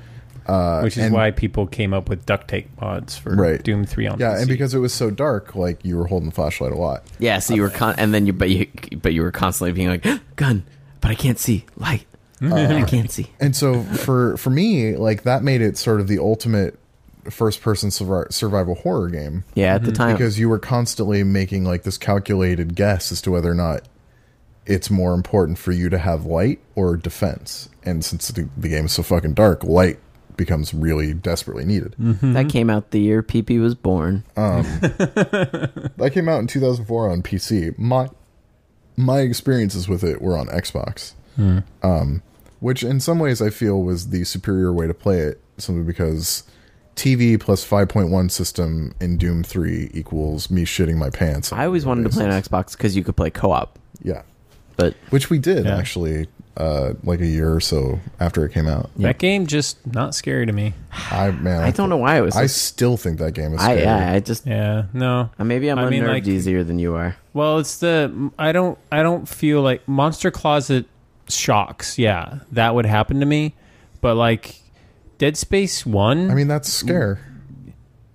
S3: Which is
S4: Uh, and-
S3: why people came up with duct tape mods for
S4: Right.
S3: Doom Three on
S4: Yeah,
S3: PC.
S4: and because it was so dark, like you were holding the flashlight a lot.
S2: Yeah, so you were con- and then you but you but you were constantly being like gun, but I can't see light. I can't see.
S4: And so for for me, like that made it sort of the ultimate first person survival horror game.
S2: Yeah, at the time.
S4: because you were constantly making like this calculated guess as to whether or not it's more important for you to have light or defense. And since the, the game is so fucking dark, light becomes really desperately needed.
S2: That came out the year PP was born.
S4: That came out in 2004 on PC. My my experiences with it were on Xbox, um,
S2: Hmm.
S4: which in some ways I feel was the superior way to play it, simply because TV plus 5.1 system in Doom 3 equals me shitting my pants. on
S2: I always
S4: a regular
S2: wanted to play on
S4: basis.
S2: Xbox because you could play co-op,
S4: Yeah.
S2: but
S4: Which we did
S3: Yeah.
S4: actually uh, like a year or so after it came out.
S3: That game just not scary to me.
S4: I man,
S2: I don't know why it was.
S4: I
S2: I,
S4: still think that game is
S2: I,
S4: scary.
S2: yeah, I just
S3: Yeah, no.
S2: uh, maybe I'm
S3: I mean,
S2: unnerved
S3: like-
S2: easier than you are.
S3: Well, it's the I don't I don't feel like Monster Closet shocks. Yeah, that would happen to me, but like Dead Space One.
S4: I mean, that's scare.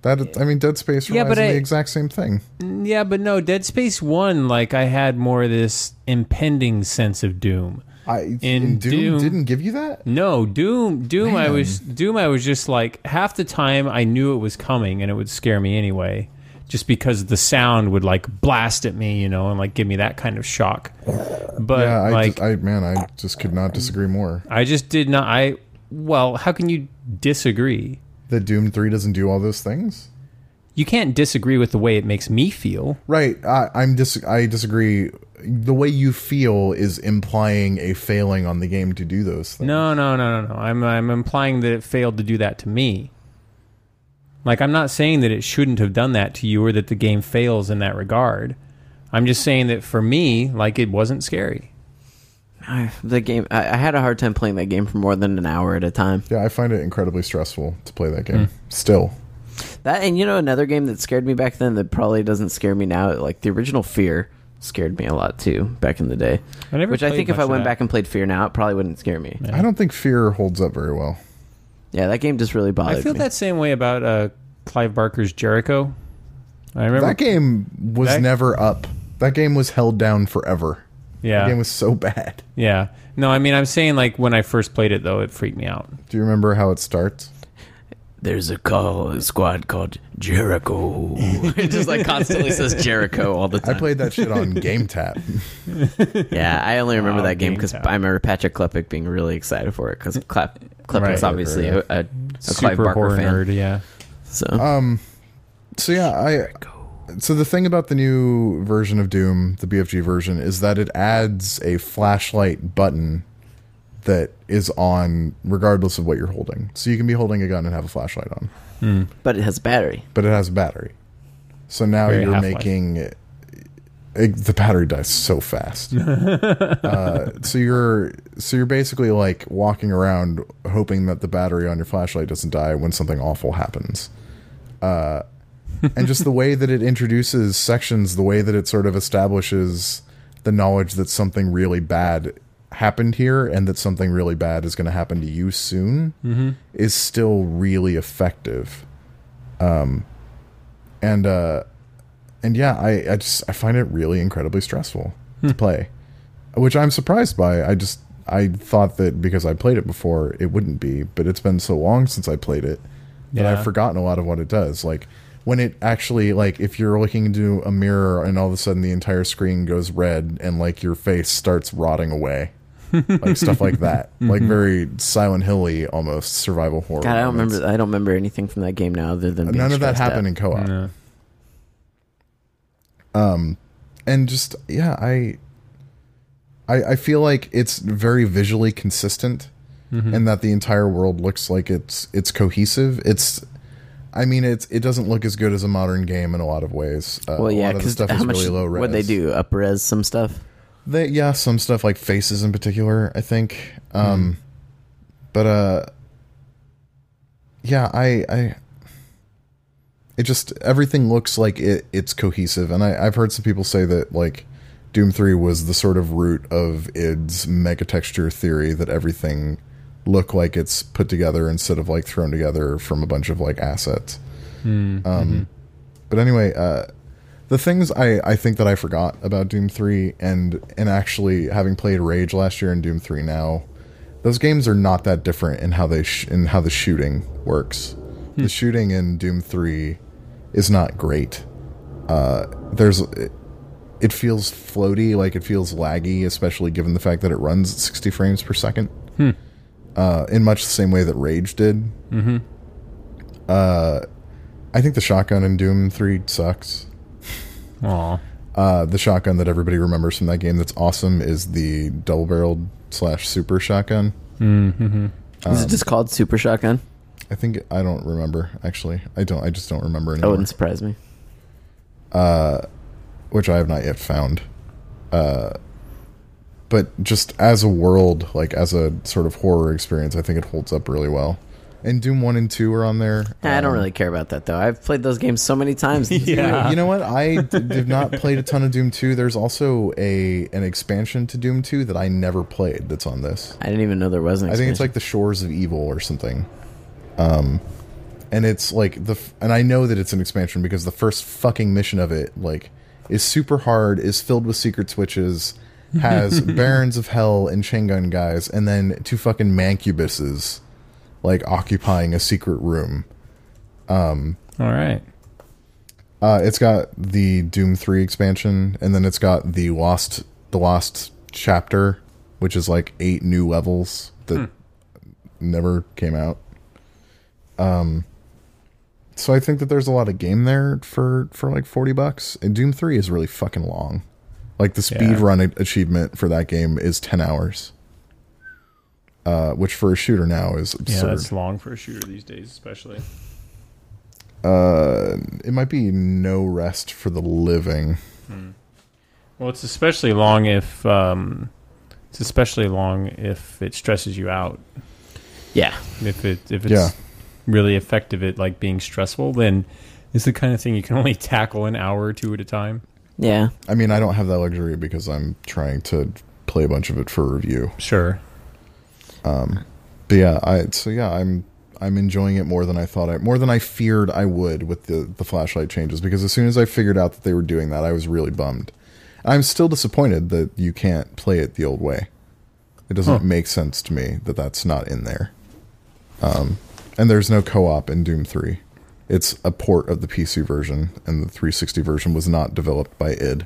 S4: That I mean, Dead Space
S3: Yeah,
S4: Rise
S3: but
S4: is
S3: I-
S4: the exact same thing.
S3: Yeah, but no, Dead Space 1, like I had more of this impending sense of doom.
S4: I
S3: In
S4: and Doom
S3: Doom-
S4: didn't give you that.
S3: No, Doom, Doom I
S4: Man.
S3: was Doom I was just like half the time I knew it was coming and it would scare me anyway, just because the sound would like blast at me, you know, and like give me that kind of shock. But
S4: Yeah, Uh, I,
S3: like
S4: just, I man, I just could not disagree more.
S3: I just did not I well, how can you disagree?
S4: That Doom Three doesn't do all those things.
S3: You can't disagree with the way it makes me feel.
S4: Right. I, I'm dis. I disagree. The way you feel is implying a failing on the game to do those things.
S3: No, no, no, no, no. I'm I'm implying that it failed to do that to me. Like I'm not saying that it shouldn't have done that to you or that the game fails in that regard. I'm just saying that for me, like it wasn't scary.
S2: I, the game, I, I had a hard time playing that game for more than an hour at a time.
S4: Yeah, I find it incredibly stressful to play that game.
S3: Hmm.
S4: Still,
S2: That and you know another game that scared me back then that probably doesn't scare me now. Like the original Fear scared me a lot too back in the day.
S3: I never
S2: Which I
S3: played
S2: think if
S3: much
S2: I
S3: of
S2: went
S3: that.
S2: back and played Fear now, it probably wouldn't scare me. Yeah,
S4: I don't think fear holds up very well.
S2: that game just really bothered
S3: I feel
S2: me.
S3: that same way about uh, Clive Barker's Jericho. I remember.
S4: That game was
S3: That-
S4: never up. That game was held down forever. That
S3: yeah,
S4: game was so bad.
S3: yeah. No, I mean I'm saying like when I first played it though, it freaked me out.
S4: Do you remember how it starts?
S2: There's a call a squad called Jericho. it just like constantly says Jericho all the
S4: I
S2: time.
S4: played that shit on GameTap.
S2: yeah, I only remember
S3: Wow,
S2: that game
S3: Game
S2: because
S3: Tap.
S2: I remember Patrick Klepek being really excited for it because Klep, Klepek's
S3: Right.
S2: obviously a, a, a Clive
S3: Super
S2: Barker
S3: horror
S2: fan.
S3: nerd. Yeah.
S2: So
S4: Um, so yeah, I. So the thing about the new version of Doom, the BFG version, is that it adds a flashlight button that is on regardless of what you're holding. So you can be holding a gun and have a flashlight on,
S2: but it has a battery.
S4: but it has a battery. So now
S3: Very
S4: you're
S3: Half-Life.
S4: making it, the battery dies so fast. uh, so you're so you're basically like walking around hoping that the battery on your flashlight doesn't die when something awful happens. Uh, and just the way that it introduces sections, the way that it sort of establishes the knowledge that something really bad happened here and that something really bad is going to happen to you soon
S3: Mm-hmm.
S4: is still really effective. Um, and uh, and yeah, I, I just I find it really incredibly stressful to play which I'm surprised by. I just I thought that because I played it before, it wouldn't be, but it's been so long since I played it that
S3: Yeah.
S4: I've forgotten a lot of what it does. Like when it actually like if you're looking into a mirror and all of a sudden the entire screen goes red and like your face starts rotting away. like stuff like that. Like very Silent Hilly almost survival horror.
S2: God, I don't
S4: moments.
S2: remember. I don't remember anything from that game now other than being
S4: None of that
S2: stressed out.
S4: happened in co-op. Um,
S3: No.
S4: and just yeah I, I i feel like it's very visually consistent and that the entire world looks like it's it's cohesive it's i mean it's it doesn't look as good as a modern game in a lot of ways uh,
S2: Well,
S4: a
S2: yeah,
S4: lot of the
S2: because
S4: stuff
S2: how
S4: is
S2: much
S4: really low res
S2: what they do up res some stuff.
S4: they, yeah some stuff like faces in particular i think um but uh yeah i i it just everything looks like it it's cohesive and I, i've heard some people say that like doom 3 was the sort of root of id's megatexture theory that everything look like it's put together instead of like thrown together from a bunch of like assets um but anyway uh the things I, I think that I forgot about Doom 3 and and actually having played Rage last year and Doom 3 now, those games are not that different in how they sh- in how the shooting works. The shooting in Doom 3 is not great. Uh, there's it, it feels floaty, like it feels laggy, especially given the fact that it runs at 60 frames per second. Uh, in much the same way that Rage did. Mm-hmm. Uh, I think the shotgun in Doom 3 sucks.
S3: Aw.
S4: Uh, the shotgun that everybody remembers from that game that's awesome is the double barreled slash super shotgun.
S2: Is it just called Super Shotgun?
S4: I think I don't remember actually. I don't. I just don't remember
S2: That
S4: anymore.
S2: wouldn't surprise me.
S4: which I have not yet found. Uh, but just as a world, like as a sort of horror experience, I think it holds up really well. And Doom One and Two are on there.
S2: Nah, I don't
S4: Um,
S2: really care about that though. I've played those games so many times.
S3: Yeah.
S4: You know what? I d- did not played a ton of Doom Two. There's also a an expansion to Doom Two that I never played. That's on this.
S2: I didn't even know there was an
S4: I think
S2: expansion.
S4: it's like the Shores of Evil or something. Um, and it's like the f- and I know that it's an expansion because the first fucking mission of it like is super hard, is filled with secret switches, has barons of hell and chain gun guys, and then two fucking mancubuses like occupying a secret room.
S3: All right.
S4: Uh, it's got the Doom Three expansion, and then it's got the Lost the Lost chapter, which is like eight new levels that
S3: Hmm.
S4: never came out. Um, so I think that there's a lot of game there for for like forty bucks. And Doom Three is really fucking long. Like the speed
S3: Yeah.
S4: run a- achievement for that game is ten hours, uh, which for a shooter now is
S3: Yeah,
S4: absurd.
S3: that's long for a shooter these days, especially.
S4: uh, it might be no rest for the living.
S3: Well, it's especially long if um, it's especially long if it stresses you out.
S2: yeah.
S3: If it if it's
S4: Yeah.
S3: really effective at like being stressful, then it's the kind of thing you can only tackle an hour or two at a time.
S2: Yeah.
S4: I mean, I don't have that luxury because I'm trying to play a bunch of it for review.
S3: Sure.
S4: But yeah, I so yeah, I'm I'm enjoying it more than I thought I more than I feared I would with the the flashlight changes because as soon as I figured out that they were doing that, I was really bummed. And I'm still disappointed that you can't play it the old way. It doesn't
S3: Huh.
S4: make sense to me that that's not in there. Um, and there's no co-op in Doom 3. It's a port of the PC version and the 360 version was not developed by id.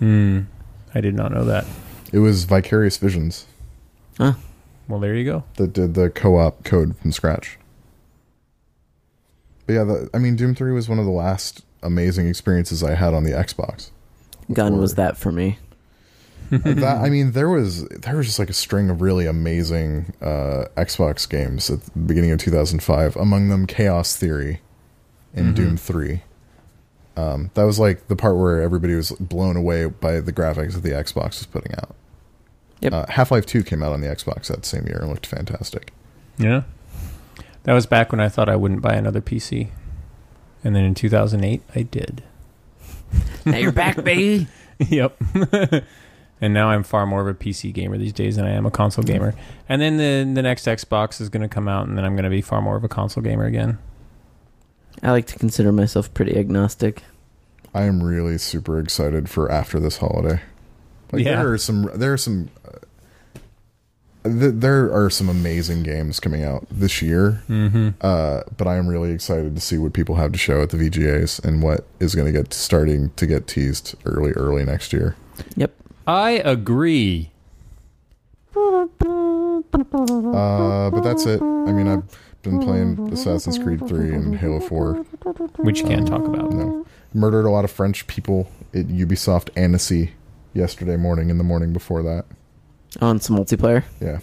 S3: I did not know that.
S4: It was Vicarious Visions.
S2: Huh.
S3: Well, there you go.
S4: that did the co-op code from scratch. But yeah, the, I mean, Doom Three was one of the last amazing experiences I had on the Xbox.
S2: Gun
S4: Or-
S2: was that for me.
S4: that I mean, there was there was just like a string of really amazing uh, Xbox games at the beginning of 2005. Among them, Chaos Theory and Doom Three. Um, that was like the part where everybody was blown away by the graphics that the Xbox was putting out.
S2: Yep.
S4: Uh, Half Life Two came out on the Xbox that same year and looked fantastic.
S3: Yeah. That was back when I thought I wouldn't buy another PC. And then in 2008, I did.
S2: now you're back, baby.
S3: yep. and now I'm far more of a PC gamer these days than I am a console
S4: Mm-hmm.
S3: gamer. And then the, the next Xbox is going to come out, and then I'm going to be far more of a console gamer again.
S2: I like to consider myself pretty agnostic.
S4: I am really super excited for after this holiday. Like
S3: Yeah.
S4: there are some there are some uh, th- there are some amazing games coming out this year. Mm-hmm. Uh, but I am really excited to see what people have to show at the VGAs and what is going to get starting to get teased early early next year.
S2: Yep.
S3: I agree.
S4: Uh, but that's it. I mean, I've been playing Assassin's Creed 3 and Halo 4.
S3: Which you can't talk about.
S4: No. Murdered a lot of French people at Ubisoft Annecy yesterday morning and the morning before that.
S2: On some multiplayer.
S4: Yeah.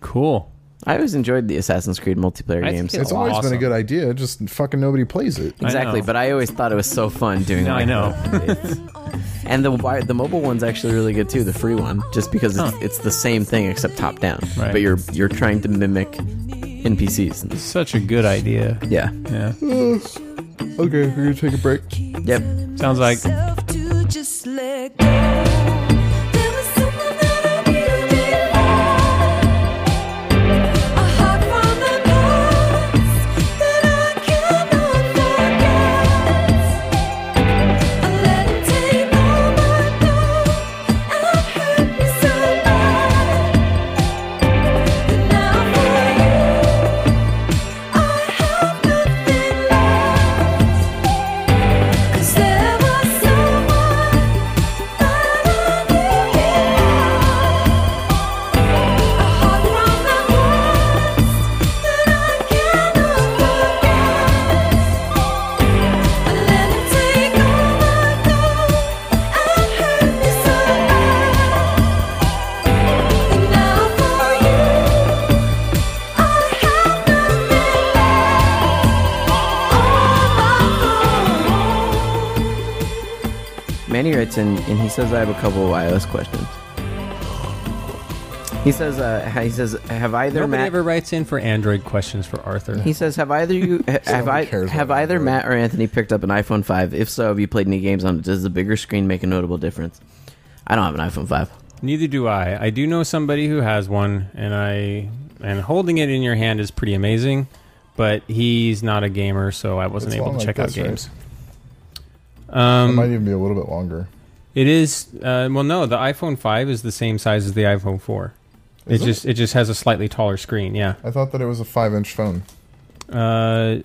S3: Cool.
S2: I always enjoyed the Assassin's Creed multiplayer
S3: I
S2: games.
S3: think
S4: It's always
S3: Awesome.
S4: been a good idea. Just fucking nobody plays it.
S3: I
S2: Exactly,
S3: know.
S2: but I always thought it was so fun doing
S3: No,
S2: like
S3: I know.
S2: that. It's- and the wi- the mobile one's actually really good too, the free one, just because it's, it's the same thing except top down.
S3: Right.
S2: But you're you're trying to mimic NPCs. And,
S3: Such a good idea.
S2: yeah.
S3: Yeah.
S4: Okay, we're gonna take a break.
S2: Yep.
S3: Sounds like
S5: myself to just let go. There was something that I needed in life. A heart from the past that I cannot forget. I let it take all my thought and hurt me so bad. And now for you, I have nothing left. Cause there was so
S2: Randy writes in and he says, "I have a couple of iOS questions." He says, uh, "He says, have either
S3: Nobody
S2: Matt
S3: ever writes in for Android questions for Arthur.
S2: He says, "Have either you ha- have
S4: one
S2: I
S4: cares
S2: have
S4: about
S2: either
S4: Android.
S2: Matt or Anthony picked up an iPhone five? If so, have you played any games on it? Does the bigger screen make a notable difference? I don't have an iPhone five.
S3: Neither do I. I do know somebody who has one, and I and holding it in your hand is pretty amazing. But he's not a gamer, so I wasn't
S4: It's
S3: able
S4: long
S3: to
S4: like
S3: check out
S4: this, right?
S3: games.
S4: It
S3: Um,
S4: might even be a little bit longer.
S3: It is. Uh, well, no, the iPhone five is the same size as the iPhone four.
S4: Is
S3: it,
S4: it?
S3: just it just has a slightly taller screen. Yeah,
S4: I thought that it was a five inch phone.
S3: uh,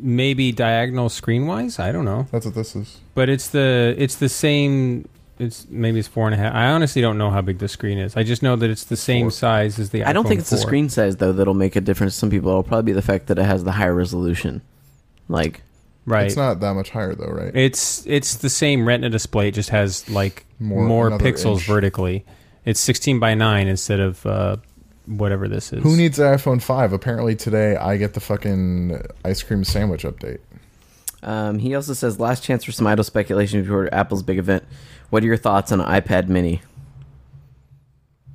S3: maybe diagonal screen wise. I don't know,
S4: That's what this is.
S3: but it's the it's the same. It's maybe it's four and a half. I honestly don't know how big the screen is. I just know that it's the same
S4: Four.
S3: size as the.
S2: I don't
S3: iPhone
S2: think it's the
S3: 4.
S2: screen size though that'll make a difference. to Some people it'll probably be the fact that it has the higher resolution. Like,
S3: Right.
S4: It's not that much higher though, right?
S3: It's it's the same Retina display. It just has like more,
S4: More- another
S3: pixels
S4: inch.
S3: vertically. It's 16 by 9 instead of uh, whatever this is.
S4: Who needs an iPhone five? Apparently today I get the fucking ice cream sandwich update.
S2: um, he also says, "Last chance for some idle speculation before Apple's big event. What are your thoughts on iPad Mini?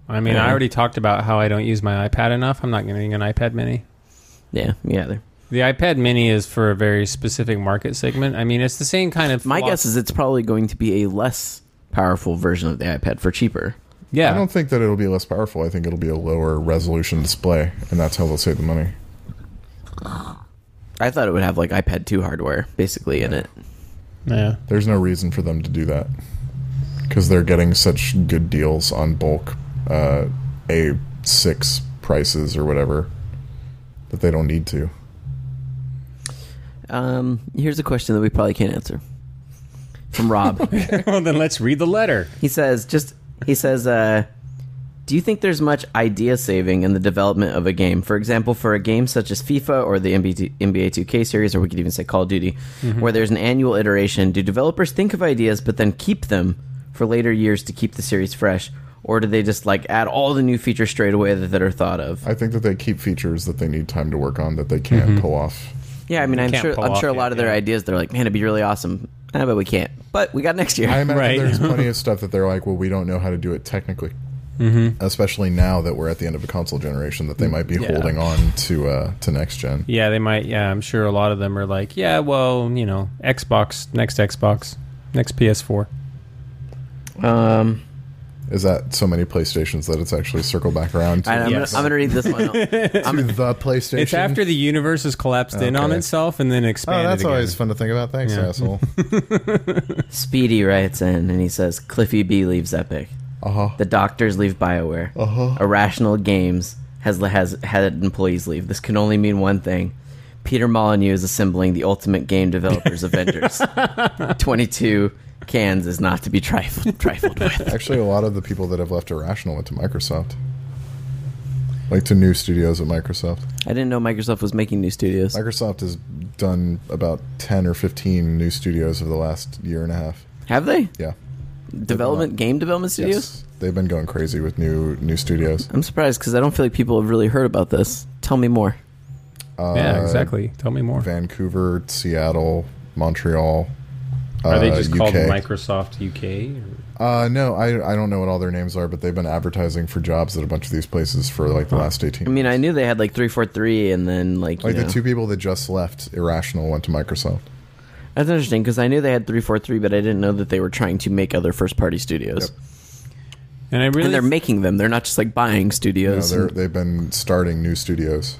S3: I mean, I
S2: Yeah.
S3: already talked about how I don't use my iPad enough. I'm not getting an iPad Mini.
S2: Yeah, yeah. There.
S3: The iPad Mini is for a very specific market segment. I mean, it's the same kind of.
S2: My
S3: philo-
S2: guess is it's probably going to be a less powerful version of the iPad for cheaper.
S3: yeah.
S4: I don't think that it'll be less powerful. I think it'll be a lower resolution display, and that's how they'll save the money.
S2: I thought it would have like iPad two hardware basically in it.
S3: yeah.
S4: There's no reason for them to do that because they're getting such good deals on bulk uh, A6 prices or whatever that they don't need to.
S2: Um, here's a question that we probably can't answer from Rob.
S3: well, then let's read the letter.
S2: he says, just he says, uh, do you think there's much idea saving in the development of a game? For example, for a game such as FIFA or the NBA 2K series, or we could even say Call of Duty,
S3: Mm-hmm.
S2: where there's an annual iteration, do developers think of ideas but then keep them for later years to keep the series fresh? Or do they just like add all the new features straight away that, that are thought of?
S4: I think that they keep features that they need time to work on that they can't pull off.
S2: Yeah, I mean, I'm
S3: can't
S2: sure
S3: pull
S2: I'm
S3: off
S2: sure a
S3: yet,
S2: lot of their
S3: yeah.
S2: ideas, they're like, man, it'd be really awesome, ah, but we can't. But we got next year.
S4: I imagine
S3: Right.
S4: there's plenty of stuff that they're like, well, we don't know how to do it technically. Mm-hmm. Especially now that we're at the end of a console generation, that they might be
S3: Yeah.
S4: holding on to uh, to next gen.
S3: Yeah, they might. Yeah, I'm sure a lot of them are like, yeah, well, you know, Xbox, next Xbox, next PS4.
S2: um,
S4: Is that so many PlayStations that it's actually circled back around to
S2: I, I'm,
S3: Yes.
S2: gonna, I'm gonna read this one. out.
S4: to the PlayStation?
S3: It's after the universe has collapsed in on
S4: Okay.
S3: itself and then
S4: Oh,
S3: expanded.
S4: that's
S3: again.
S4: always fun to think about. Thanks,
S3: Yeah.
S4: asshole.
S2: Speedy writes in and he says, Cliffy B leaves Epic.
S4: Uh huh.
S2: The doctors leave Bioware.
S4: Uh-huh.
S2: Irrational Games has has had employees leave. This can only mean one thing. Peter Molyneux is assembling the ultimate game developers Avengers. 22 cans is not to be trifled, trifled with.
S4: Actually, a lot of the people that have left Irrational went to Microsoft, like to new studios at Microsoft.
S2: I didn't know Microsoft was making new studios.
S4: Microsoft has done about ten or fifteen new studios over the last year and a half.
S2: Have they?
S4: Yeah.
S2: Development game development studios?
S4: Yes. They've been going crazy with new new studios.
S2: I'm surprised because I don't feel like people have really heard about this. Tell me more.
S4: Uh,
S3: Yeah, exactly. Tell me more.
S4: Vancouver, Seattle, Montreal.
S3: Are they
S4: uh,
S3: just
S4: UK.
S3: called Microsoft UK? Or?
S4: Uh, no, I, I don't know what all their names are, but they've been advertising for jobs at a bunch of these places for like the last 18
S2: I mean, I knew they had like 343 and then like, you
S4: Like
S2: know.
S4: the two people that just left Irrational went to Microsoft.
S2: That's interesting because I knew they had 343, but I didn't know that they were trying to make other first party studios.
S3: And I really
S2: And they're making them. They're not just like buying
S4: You know,
S2: studios.
S4: they're, they've been starting new studios.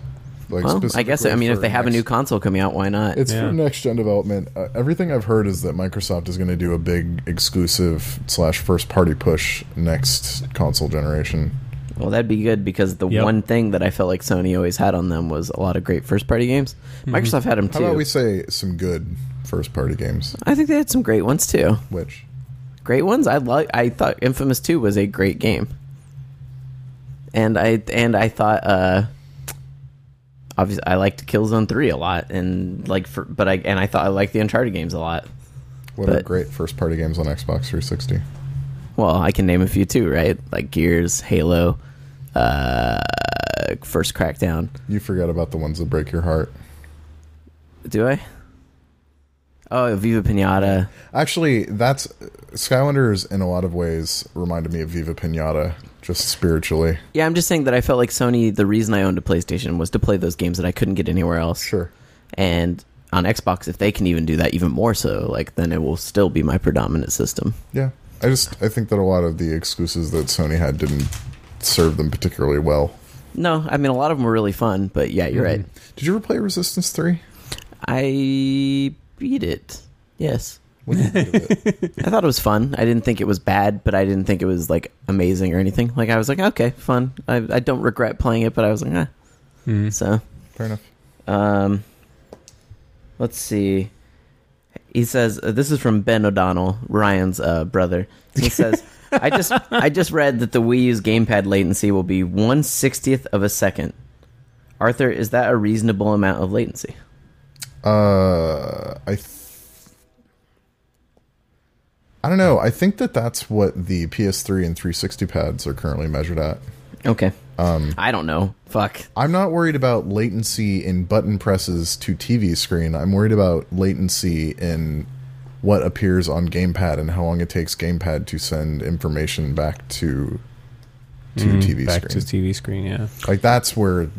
S4: Like
S2: well, I guess, I
S4: specifically
S2: mean, if
S4: for
S2: they have a new
S4: next-
S2: console coming out, why not?
S4: it's
S3: Yeah.
S4: for next gen development. Uh, everything I've heard is that Microsoft is going to do a big exclusive slash first party push next console generation.
S2: well, that'd be good because the
S3: Yep.
S2: one thing that I felt like Sony always had on them was a lot of great first party games.
S3: Mm-hmm.
S2: Microsoft had them
S4: How about
S2: too.
S4: we say some good first party games?
S2: I think they had some great ones too.
S4: Which
S2: great ones. I like. I thought Infamous Two was a great game, and I and I thought. uh Obviously, I liked Killzone Three a lot, and like, for, but I and I thought I liked the Uncharted games a lot.
S4: what are
S2: But-
S4: great first party games on Xbox 360?
S2: Well, I can name a few too, right? Like Gears, Halo, uh, First Crackdown.
S4: You forgot about the ones that break your heart.
S2: Do I? Oh, Viva Pinata.
S4: Actually, that's Skylanders in a lot of ways reminded me of Viva Pinata, just spiritually.
S2: Yeah, I'm just saying that I felt like Sony. The reason I owned a PlayStation was to play those games that I couldn't get anywhere else.
S4: Sure.
S2: And on Xbox, if they can even do that, even more so, like then it will still be my predominant system.
S4: Yeah. I just I think that a lot of the exclusives that Sony had didn't serve them particularly well.
S2: No, I mean a lot of them were really fun, but yeah, you're right.
S4: Did you ever play Resistance 3?
S2: I beat it. Yes. I thought it was fun. I didn't think it was bad, but I didn't think it was like amazing or anything. Like I was like, okay, fun. I, I don't regret playing it, but I was like, eh. So,
S4: Fair enough.
S2: um, let's see. He says uh, this is from Ben O'Donnell, Ryan's uh, brother. He says, "I just I just read that the Wii U's gamepad latency will be one sixtieth of a second. Arthur, is that a reasonable amount of latency?
S4: Uh I th- I don't know. I think that that's what the PS3 and 360 pads are currently measured at.
S2: Okay. Um, I don't know. Fuck.
S4: I'm not worried about latency in button presses to TV screen. I'm worried about latency in what appears on gamepad and how long it takes gamepad to send information back to to TV
S3: Mm, back
S4: screen.
S3: to TV screen. Yeah,
S4: like that's where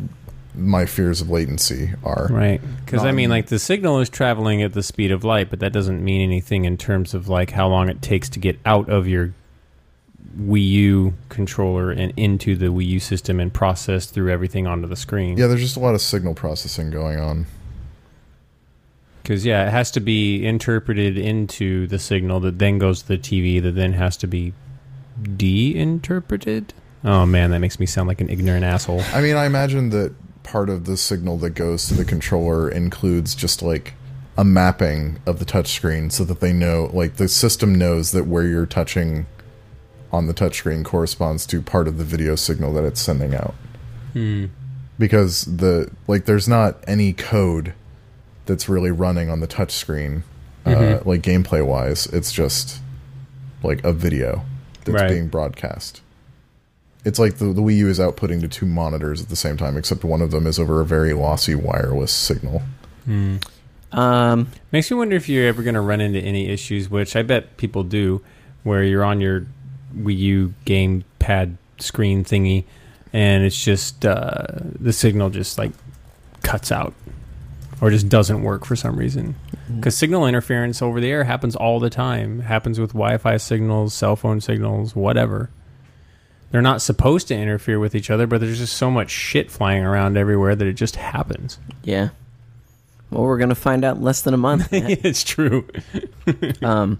S4: my fears of latency are.
S3: right. Because I
S4: Not-
S3: mean, like the signal is traveling at the speed of light, but that doesn't mean anything in terms of like how long it takes to get out of your Wii U controller and into the Wii U system and process through everything onto the screen.
S4: Yeah, there's just a lot of signal processing going on.
S3: Because yeah, it has to be interpreted into the signal that then goes to the TV that then has to be de-interpreted. Oh man, that makes me sound like an ignorant asshole.
S4: I mean, I imagine that part of the signal that goes to the controller includes just like a mapping of the touchscreen so that they know, like, the system knows that where you're touching on the touchscreen corresponds to part of the video signal that it's sending out. Because the, like, there's not any code that's really running on the touchscreen, uh, like, gameplay wise. It's just like a video that's
S3: Right.
S4: being broadcast it's like the, the Wii U is outputting to two monitors at the same time, except one of them is over a very lossy wireless signal.
S2: Um,
S3: Makes me wonder if you're ever going to run into any issues, which I bet people do, where you're on your Wii U game pad screen thingy, and it's just uh, the signal just like cuts out or just doesn't work for some reason. Because signal interference over the air happens all the time. Happens with Wi-Fi signals, cell phone signals, whatever. They're not supposed to interfere with each other, but there's just so much shit flying around everywhere that it just happens.
S2: yeah. Well, we're gonna find out in less than a month. Matt.
S3: it's true.
S2: um,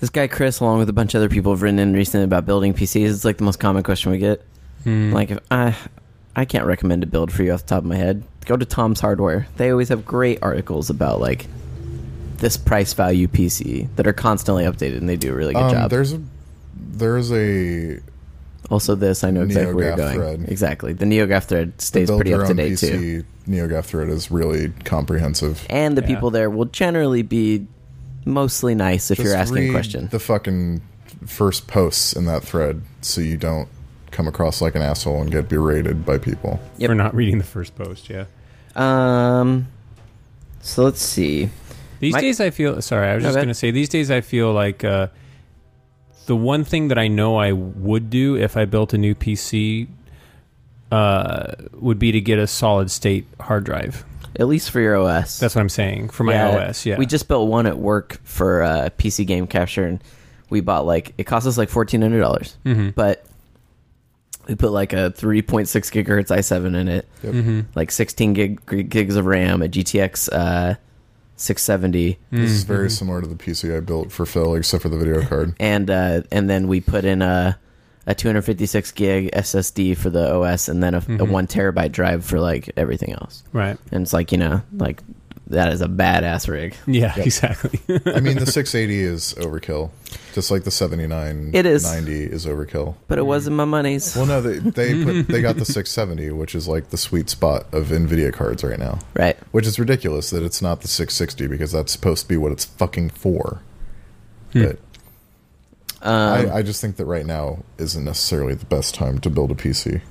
S2: this guy Chris, along with a bunch of other people, have written in recently about building PCs. It's like the most common question we get. Like, if I, I can't recommend a build for you off the top of my head. Go to Tom's Hardware. They always have great articles about like this price value PC that are constantly updated, and they do a really good
S4: Um,
S2: job.
S4: there's a there's a
S2: Also, this I know exactly where you're
S4: NeoGAF
S2: going.
S4: thread.
S2: Exactly, the NeoGAF thread stays
S4: build
S2: pretty
S4: your
S2: up to
S4: own
S2: date too.
S4: PC NeoGAF thread is really comprehensive.
S2: and the
S3: Yeah.
S2: people there will generally be mostly nice if
S4: Just
S2: you're asking a
S4: read
S2: question.
S4: the fucking first posts in that thread, so you don't come across like an asshole and get berated by people.
S2: Yep.
S3: for not reading the first post. Yeah.
S2: um, so let's see.
S3: These
S2: My-
S3: days, I feel sorry. I was
S2: No,
S3: just
S2: that-
S3: going to say these days I feel like uh, the one thing that I know I would do if I built a new PC uh, would be to get a solid state hard drive.
S2: At least for your OS.
S3: That's what I'm saying for my OS. Yeah.
S2: We just built one at work for uh, PC game capture, and we bought like it cost us like fourteen hundred dollars,
S3: Mm-hmm.
S2: but we put like a three point six gigahertz i seven in it,
S3: Hmm.
S2: like sixteen gig, gig- gigs of RAM, a GTX uh, six seventy.
S4: This is very similar to the PC I built for Phil, except for the video card.
S2: and uh, and then we put in a a 256 gig SSD for the OS, and then a,
S3: Mm-hmm.
S2: a one terabyte drive for like everything else.
S3: right.
S2: And it's like you know, like that is a badass rig.
S3: Yeah. Exactly.
S4: I mean, the 680 is overkill, just like the 79
S2: It is.
S4: 90 is overkill.
S2: But it wasn't my money's,
S4: Well, no, they they put, they got the 670, which is like the sweet spot of Nvidia cards right now,
S2: right?
S4: which is ridiculous that it's not the 660 because that's supposed to be what it's fucking for. But I, I just think that right now isn't necessarily the best time to build a PC.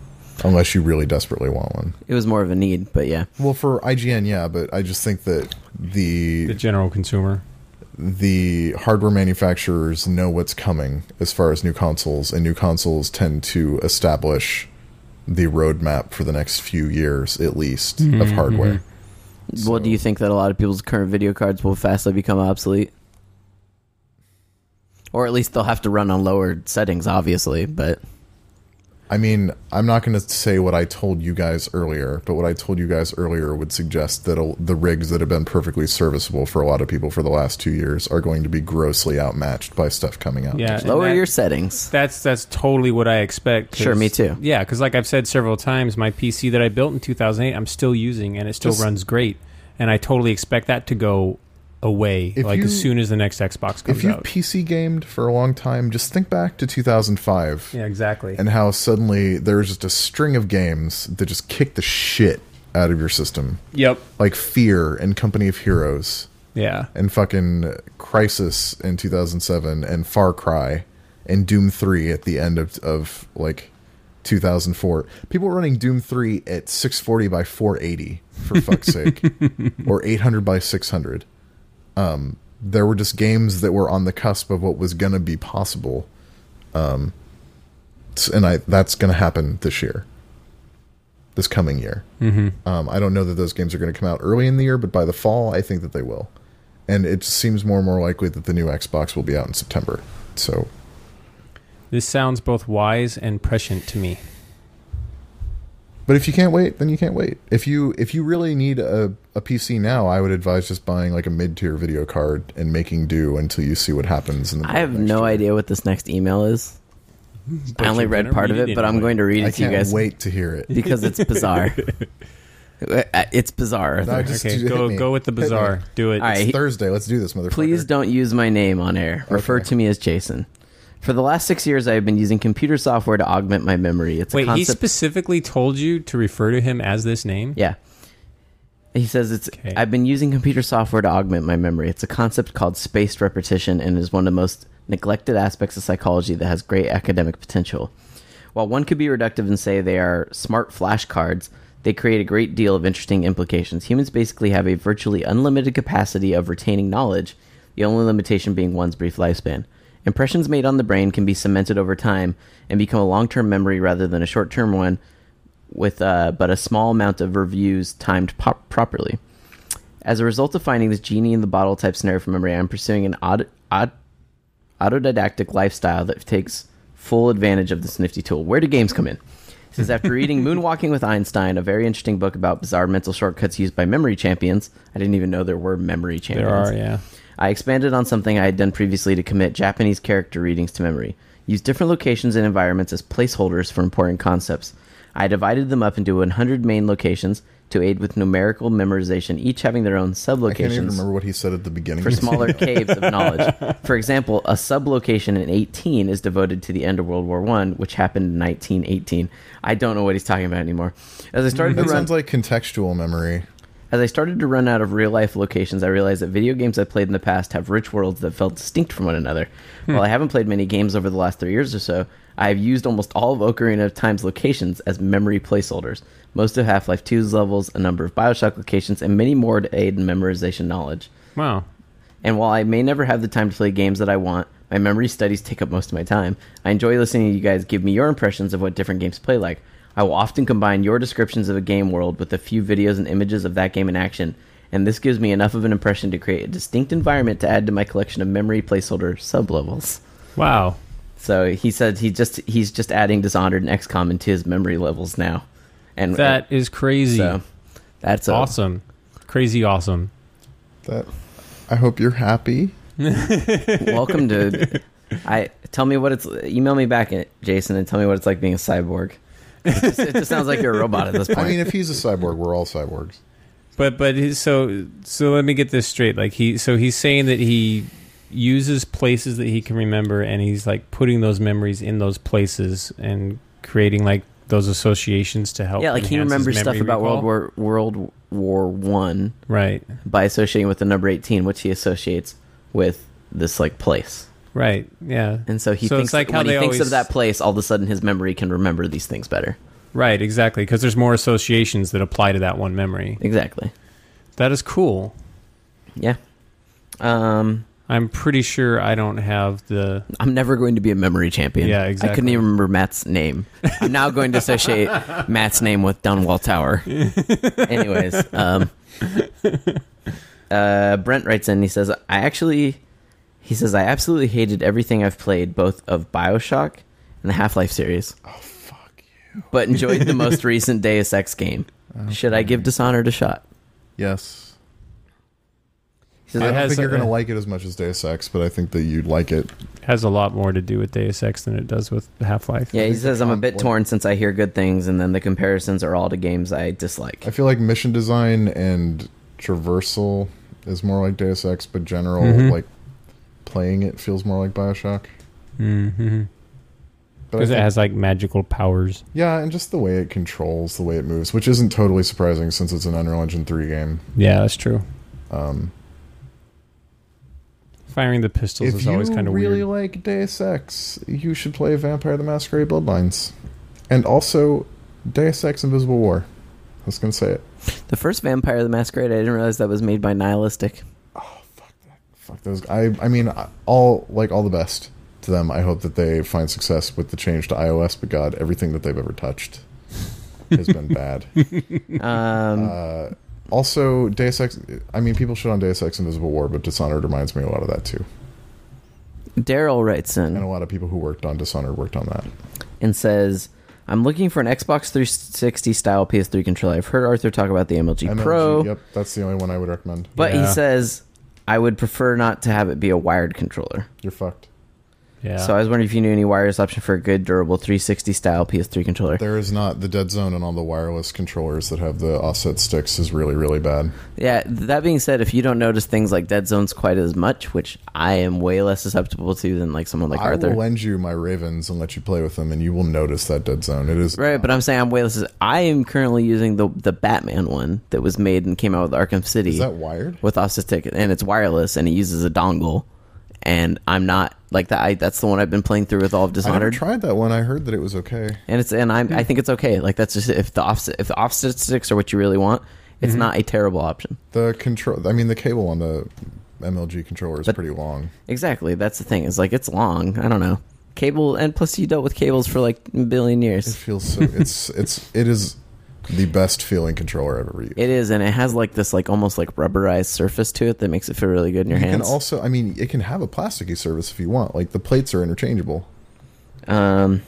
S4: unless you really desperately want one.
S2: It was more of a need, but yeah.
S4: Well, for IGN, yeah, but I just think that
S3: The
S4: the
S3: general consumer.
S4: the hardware manufacturers know what's coming as far as new consoles, and new consoles tend to establish the roadmap for the next few years at least of hardware.
S2: well, do you think that a lot of people's current video cards will fastly become obsolete? Or at least they'll have to run on lower settings, obviously. But
S4: I mean, I'm not going to say what I told you guys earlier, but what I told you guys earlier would suggest that a, the rigs that have been perfectly serviceable for a lot of people for the last two years are going to be grossly outmatched by stuff coming out.
S3: Yeah. and
S2: lower
S3: that-
S2: your settings.
S3: That's that's totally what I expect. 'cause-
S2: Sure, me too.
S3: Yeah, because like I've said several times, my PC that I built in 2008, I'm still using, and it still
S4: Just-
S3: runs great. And I totally expect that to go away,
S4: If
S3: like
S4: you-
S3: as soon as the next Xbox
S4: If
S3: comes
S4: you've
S3: out.
S4: PC gamed for a long time, just think back to 2005
S3: Yeah, exactly.
S4: and how suddenly there was just a string of games that just kicked the shit out of your system,
S3: yep.
S4: like Fear and Company of Heroes.
S3: Yeah.
S4: and fucking Crisis in 2007 and Far Cry and Doom 3 at the end of, of like 2004. People were running Doom 3 at 640 by 480 for fuck's sake or 800 by 600. Um, there were just games that were on the cusp of what was going to be possible. Um, s- and I that's going to happen this year. This coming year, mm-hmm. um, I don't know that those games are going to come out early in the year, but by the fall, I think that they will and it seems more and more likely that the new Xbox will be out in September. So
S3: This sounds both wise and prescient to me.
S4: But if you can't wait, then you can't wait. If you if you really need a, a PC now, I would advise just buying like a mid tier video card and making do until you see what happens. In the
S2: I have
S4: next
S2: no
S4: year.
S2: idea what this next email is. I
S3: you're
S2: only read
S3: gonna
S2: part
S3: read
S2: of
S3: it
S2: it, but I'm
S3: anyway.
S2: going to read it
S4: I
S2: to you
S4: can't
S2: guys
S4: wait to hear it.
S2: because it's bizarre. Uh, it's bizarre.
S4: No, just-
S3: okay,
S4: hit
S3: go
S4: me.
S3: go with the
S4: Hit me.
S3: bizarre. Do it.
S2: All right.
S4: It's
S2: he-
S4: Thursday. Let's do this, motherfucker.
S2: Please don't use my name on air. Refer
S4: Okay.
S2: to me as Jason. For the last six years, I have been using computer software to augment my memory. It's a
S3: Wait, he
S2: concept.
S3: specifically told you to refer to him as this name?
S2: yeah. He says it's.
S3: Okay.
S2: I've been using computer software to augment my memory. It's a concept called spaced repetition and is one of the most neglected aspects of psychology that has great academic potential. While one could be reductive and say they are smart flashcards, they create a great deal of interesting implications. Humans basically have a virtually unlimited capacity of retaining knowledge, the only limitation being one's brief lifespan. Impressions made on the brain can be cemented over time and become a long term memory rather than a short term one, with uh, but a small amount of reviews timed pop- properly. As a result of finding this genie in the bottle type scenario for memory, I'm pursuing an odd, odd, autodidactic lifestyle that takes full advantage of this nifty tool. Where do games come in? This is after reading Moonwalking with Einstein, a very interesting book about bizarre mental shortcuts used by memory champions. I didn't even know there were memory champions.
S3: There are, yeah.
S2: I expanded on something I had done previously to commit Japanese character readings to memory. Use different locations and environments as placeholders for important concepts. I divided them up into 100 main locations to aid with numerical memorization, each having their own
S4: I can't even
S2: sublocations
S4: remember what he said at the beginning.
S2: for smaller caves of knowledge. For example, a sublocation in 18 is devoted to the end of World War One, which happened in 1918. I don't know what he's talking about anymore. As I started to
S4: That
S2: run,
S4: sounds like contextual memory.
S2: as I started to run out of real life locations, I realized that video games I played in the past have rich worlds that felt distinct from one another. While I haven't played many games over the last three years or so, I have used almost all of Ocarina of Time's locations as memory placeholders, most of Half Life 2's levels, a number of Bioshock locations, and many more to aid in memorization knowledge.
S3: Wow.
S2: And while I may never have the time to play games that I want, my memory studies take up most of my time. I enjoy listening to you guys give me your impressions of what different games play like. I will often combine your descriptions of a game world with a few videos and images of that game in action, and this gives me enough of an impression to create a distinct environment to add to my collection of memory placeholder sublevels.
S3: Wow.
S2: So he said he just he's just adding Dishonored and XCOM into his memory levels now, and
S3: That is crazy.
S2: so that's a-
S3: awesome. Crazy awesome.
S4: That I hope you're happy.
S2: Welcome to. I tell me what it's. Email me back, Jason, and tell me what it's like being a cyborg. It just, it just sounds like you're a robot at this point.
S4: I mean, if he's a cyborg, we're all cyborgs.
S3: But but his, so so let me get this straight. Like he so he's saying that he uses places that he can remember, and he's like putting those memories in those places and creating like those associations to help.
S2: yeah, like he
S3: enhance his
S2: remembers stuff
S3: memory
S2: about
S3: recall.
S2: World War World War One
S3: Right,
S2: by associating with the number eighteen, which he associates with this like place.
S3: right, yeah.
S2: And so he
S3: So it's
S2: thinks
S3: like how
S2: when he
S3: they
S2: thinks
S3: always-
S2: of that place, all of a sudden his memory can remember these things better.
S3: Right, exactly, because there's more associations that apply to that one memory.
S2: Exactly.
S3: That is cool.
S2: Yeah. Um,
S3: I'm pretty sure I don't have the.
S2: I'm never going to be a memory champion.
S3: Yeah,
S2: I
S3: exactly.
S2: couldn't even remember Matt's name. I'm now going to associate Matt's name with Dunwall Tower. Anyways, um, uh, Brent writes in. He says, "I actually," he says, "I absolutely hated everything I've played, both of Bioshock and the Half Life series,
S4: Oh, Fuck you.
S2: but enjoyed the most recent Deus Ex game. Should I give Dishonored a shot?"
S4: Yes.
S2: He says,
S4: I don't
S3: has-
S4: think you're going
S3: uh,
S4: to like it as much as Deus Ex, but I think that you'd like it.
S3: Has a lot more to do with Deus Ex than it does with Half Life.
S2: Yeah, he
S4: think the
S2: says I'm a bit
S4: conflict-
S2: torn since I hear good things, and then the comparisons are all to games I dislike.
S4: I feel like mission design and traversal is more like Deus Ex, but general
S3: Mhm.
S4: like playing it feels more like Bioshock.
S3: Mm-hmm.
S4: But I
S3: Because it
S4: think-
S3: has like magical powers.
S4: yeah, and just the way it controls, the way it moves, which isn't totally surprising since it's an Unreal Engine three game.
S3: Yeah, that's true.
S4: Um,
S3: Firing the pistols
S4: if
S3: is
S4: you
S3: always kind of
S4: really
S3: weird.
S4: like Deus Ex, you should play Vampire: The Masquerade Bloodlines, and also Deus Ex: Invisible War. I was gonna say it.
S2: The first Vampire the Masquerade, I didn't realize that was made by Nihilistic.
S4: Fuck those. I I mean, I- all like all the best to them. I hope that they find success with the change to iOS. But God, everything that they've ever touched has been bad.
S2: Um,
S4: Uh, also, Deus Ex. I mean, people shit on Deus Ex Invisible War, but Dishonored reminds me a lot of that too.
S2: Daryl writes
S4: And a
S2: in
S4: lot of people who worked on Dishonored worked on that.
S2: and says, "I'm looking for an Xbox 360 style PS3 controller. I've heard Arthur talk about the MLG,
S4: MLG,
S2: Pro,
S4: Yep, that's the only one I would recommend.
S2: but he
S3: Yeah.
S2: says I would prefer not to have it be a wired controller.
S4: You're fucked.
S3: yeah.
S2: So I was wondering if you knew any wireless option for a good, durable 360 style PS3 controller.
S4: There is not the dead zone and all the wireless controllers that have the offset sticks is really really bad.
S2: Yeah, that being said, if you don't notice things like dead zones quite as much, which I am way less susceptible to than like someone like
S4: I
S2: Arthur.
S4: will lend you my Ravens and let you play with them, and you will notice that dead zone. It is
S2: Right, but I'm saying I'm way less. I am currently using the the Batman one that was made and came out with Arkham City
S4: Is that wired?
S2: with Ostastic, and it's wireless and it uses a dongle. And I'm not like that. I, that's the one I've been playing through with all of
S4: I never
S2: Dishonored,
S4: tried Hmm. that one. I heard that it was okay.
S2: and it's and I'm, I think it's okay. Like that's just if the offset if the offset sticks are what you really want, it's
S4: Mm-hmm.
S2: not a terrible option.
S4: The control. I mean, the cable on the MLG controller is
S2: But-
S4: pretty long.
S2: Exactly, that's the thing. Is like it's long. I don't know cable, and plus you dealt with cables for like a billion
S4: It
S2: years.
S4: feels so. it's it's it is the best feeling controller I've ever used.
S2: It is, and it has like this like almost like rubberized surface to it that makes it feel really good in your
S4: you can
S2: hands.
S4: also. I mean, it can have a plasticky surface if you want. Like the plates are interchangeable,
S2: um,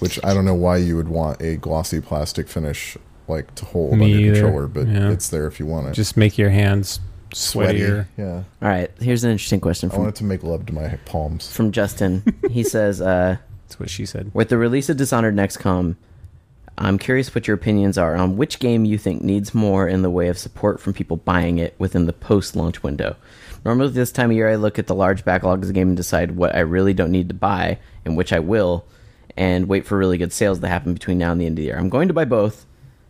S4: which I don't know why you would want a glossy plastic finish like to hold
S3: Me
S4: on your
S3: either.
S4: controller, but
S3: Yeah.
S4: it's there if you want it.
S3: just make your hands
S4: sweaty.
S3: sweatier.
S4: Yeah,
S2: All right, here's an interesting question
S4: I
S2: from,
S4: wanted to make love to my palms.
S2: from Justin. he says, uh,
S3: That's what she said.
S2: with the release of Dishonored NextCom, I'm curious what your opinions are on which game you think needs more in the way of support from people buying it within the post-launch window. Normally, this time of year, I look at the large backlog of the game and decide what I really don't need to buy and which I will, and wait for really good sales to happen between now and the end of the year. I'm going to buy both,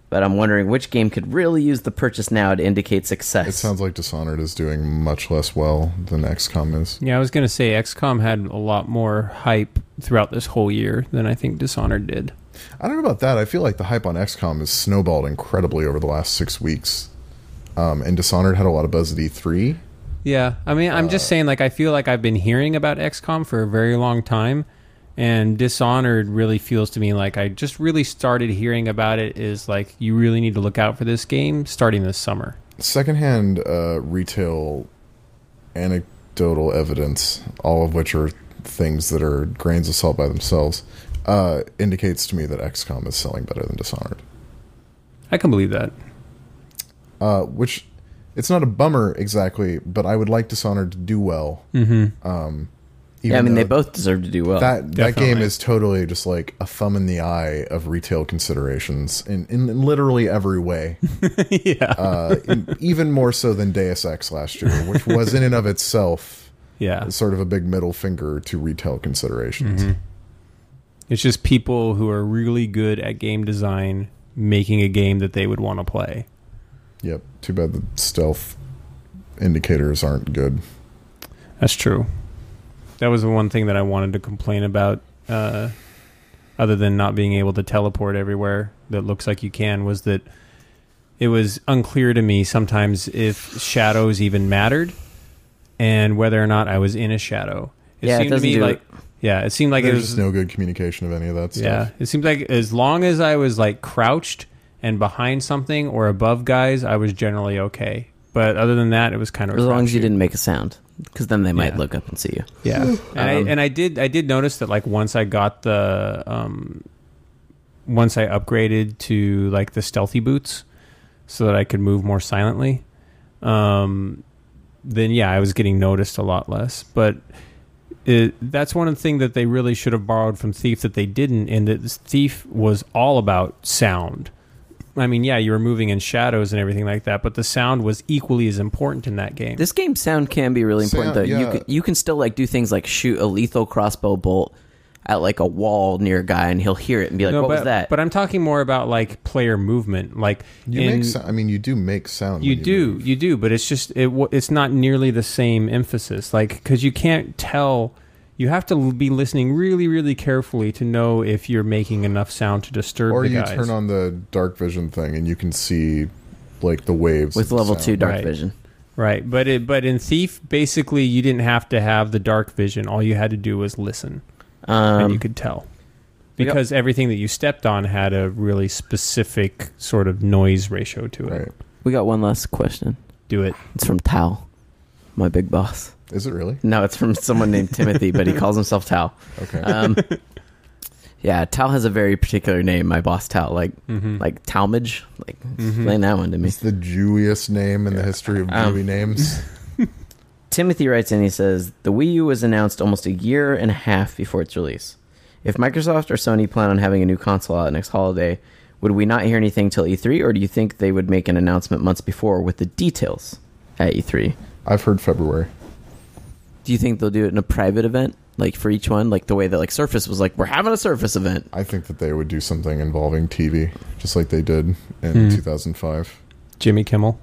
S2: but I'm wondering which game could really use the purchase now to indicate success.
S4: It sounds like Dishonored is doing much less well than XCOM is.
S3: Yeah, I was gonna say XCOM had a lot more hype throughout this whole year than I think Dishonored did.
S4: I don't know about that. I feel like the hype on XCOM has snowballed incredibly over the last six weeks. Um, and Dishonored had a lot of buzz at E E3.
S3: Yeah, I mean, I'm just saying, like, I feel like I've been hearing about XCOM for a very long time, and Dishonored really feels to me like I just really started hearing about it is like you really need to look out for this game starting this summer.
S4: Secondhand uh, retail anecdotal evidence, all of which are things that are grains of salt by themselves, uh, indicates to me that XCOM is selling better than Dishonored.
S3: I can believe that.
S4: Uh, which it's not a bummer exactly, but I would like Dishonored to do well. Mm-hmm. Um,
S2: yeah, I
S4: even
S2: mean, they
S4: though-
S2: both deserve to do well.
S4: that that
S3: Definitely.
S4: game is totally just like a thumb in the eye of retail considerations in, in literally every way.
S3: yeah,
S4: Uh, in- even more so than Deus Ex last year, which was in and of itself
S3: yeah.
S4: sort of a big middle finger to retail considerations.
S3: Mm-hmm. It's just people who are really good at game design making a game that they would want to play.
S4: Yep. Too bad the stealth indicators aren't good.
S3: That's true. That was the one thing that I wanted to complain about uh, other than not being able to teleport everywhere that looks like you can, was that it was unclear to me sometimes if shadows even mattered and whether or not I was in a shadow. It
S2: Yeah, it
S3: seemed to
S2: doesn't
S3: me
S2: do-
S3: like yeah, it seemed like it
S4: There's
S3: was
S4: just no good communication of any of that stuff.
S3: yeah, it seemed like as long as I was like crouched and behind something or above guys, I was generally okay. But other than that, it was kind of a
S2: As long as you
S3: crapshoot.
S2: didn't make a sound, because then they might
S3: Yeah.
S2: look up and see you.
S3: Yeah, and, I,
S2: Um,
S3: and I did. I did notice that like once I got the um, once I upgraded to like the stealthy boots, so that I could move more silently. Um, then yeah, I was getting noticed a lot less. But it, that's one thing that they really should have borrowed from Thief that they didn't, and that this Thief was all about sound. I mean, yeah, you were moving in shadows and everything like that, but the sound was equally as important in that game.
S2: This game sound can be really important
S4: Sound,
S2: though.
S4: yeah.
S2: You can, you can still like do things like shoot a lethal crossbow bolt at like a wall near a guy, and he'll hear it and be like,
S3: No,
S2: "What
S3: but,
S2: was that?"
S3: But I'm talking more about like player movement. Like
S4: You
S3: in-
S4: make so- I mean, you do make sound.
S3: you
S4: when
S3: do,
S4: move.
S3: you do, but it's just it. wa- It's not nearly the same emphasis. Like because you can't tell. You have to l- be listening really, really carefully to know if you're making enough sound to disturb
S4: Or
S3: the
S4: you
S3: guys.
S4: turn on the dark vision thing and you can see like the waves
S2: with
S4: of the
S2: level
S4: sound.
S2: two dark
S3: Right.
S2: vision,
S3: right, but it, but in Thief, basically, you didn't have to have the dark vision. All you had to do was listen, and you
S2: um,
S3: could tell
S2: we got-
S3: because everything that you stepped on had a really specific sort of noise ratio to it.
S4: Right?
S2: we got one last question.
S3: Do it.
S2: It's from Tao, my big boss.
S4: Is it really
S2: No, it's from someone named Timothy, but he calls himself Tao.
S4: okay?
S2: Um, yeah, Tao has a very particular name. My boss Tao, like
S3: Mm-hmm.
S2: like Talmage. Like
S3: Mhm.
S2: explain that one to me.
S4: it's the Jewiest name in the history of
S2: Um,
S4: Jewy names.
S2: Timothy writes in, he says, The Wii U was announced almost a year and a half before its release. If Microsoft or Sony plan on having a new console out next holiday, would we not hear anything till E3, or do you think they would make an announcement months before with the details at E E3?
S4: I've heard February.
S2: Do you think they'll do it in a private event, like for each one, like the way that like Surface was like, we're having a Surface event?
S4: I think that they would do something involving TV, just like they did in
S3: Hmm.
S4: 2005.
S3: Jimmy Kimmel.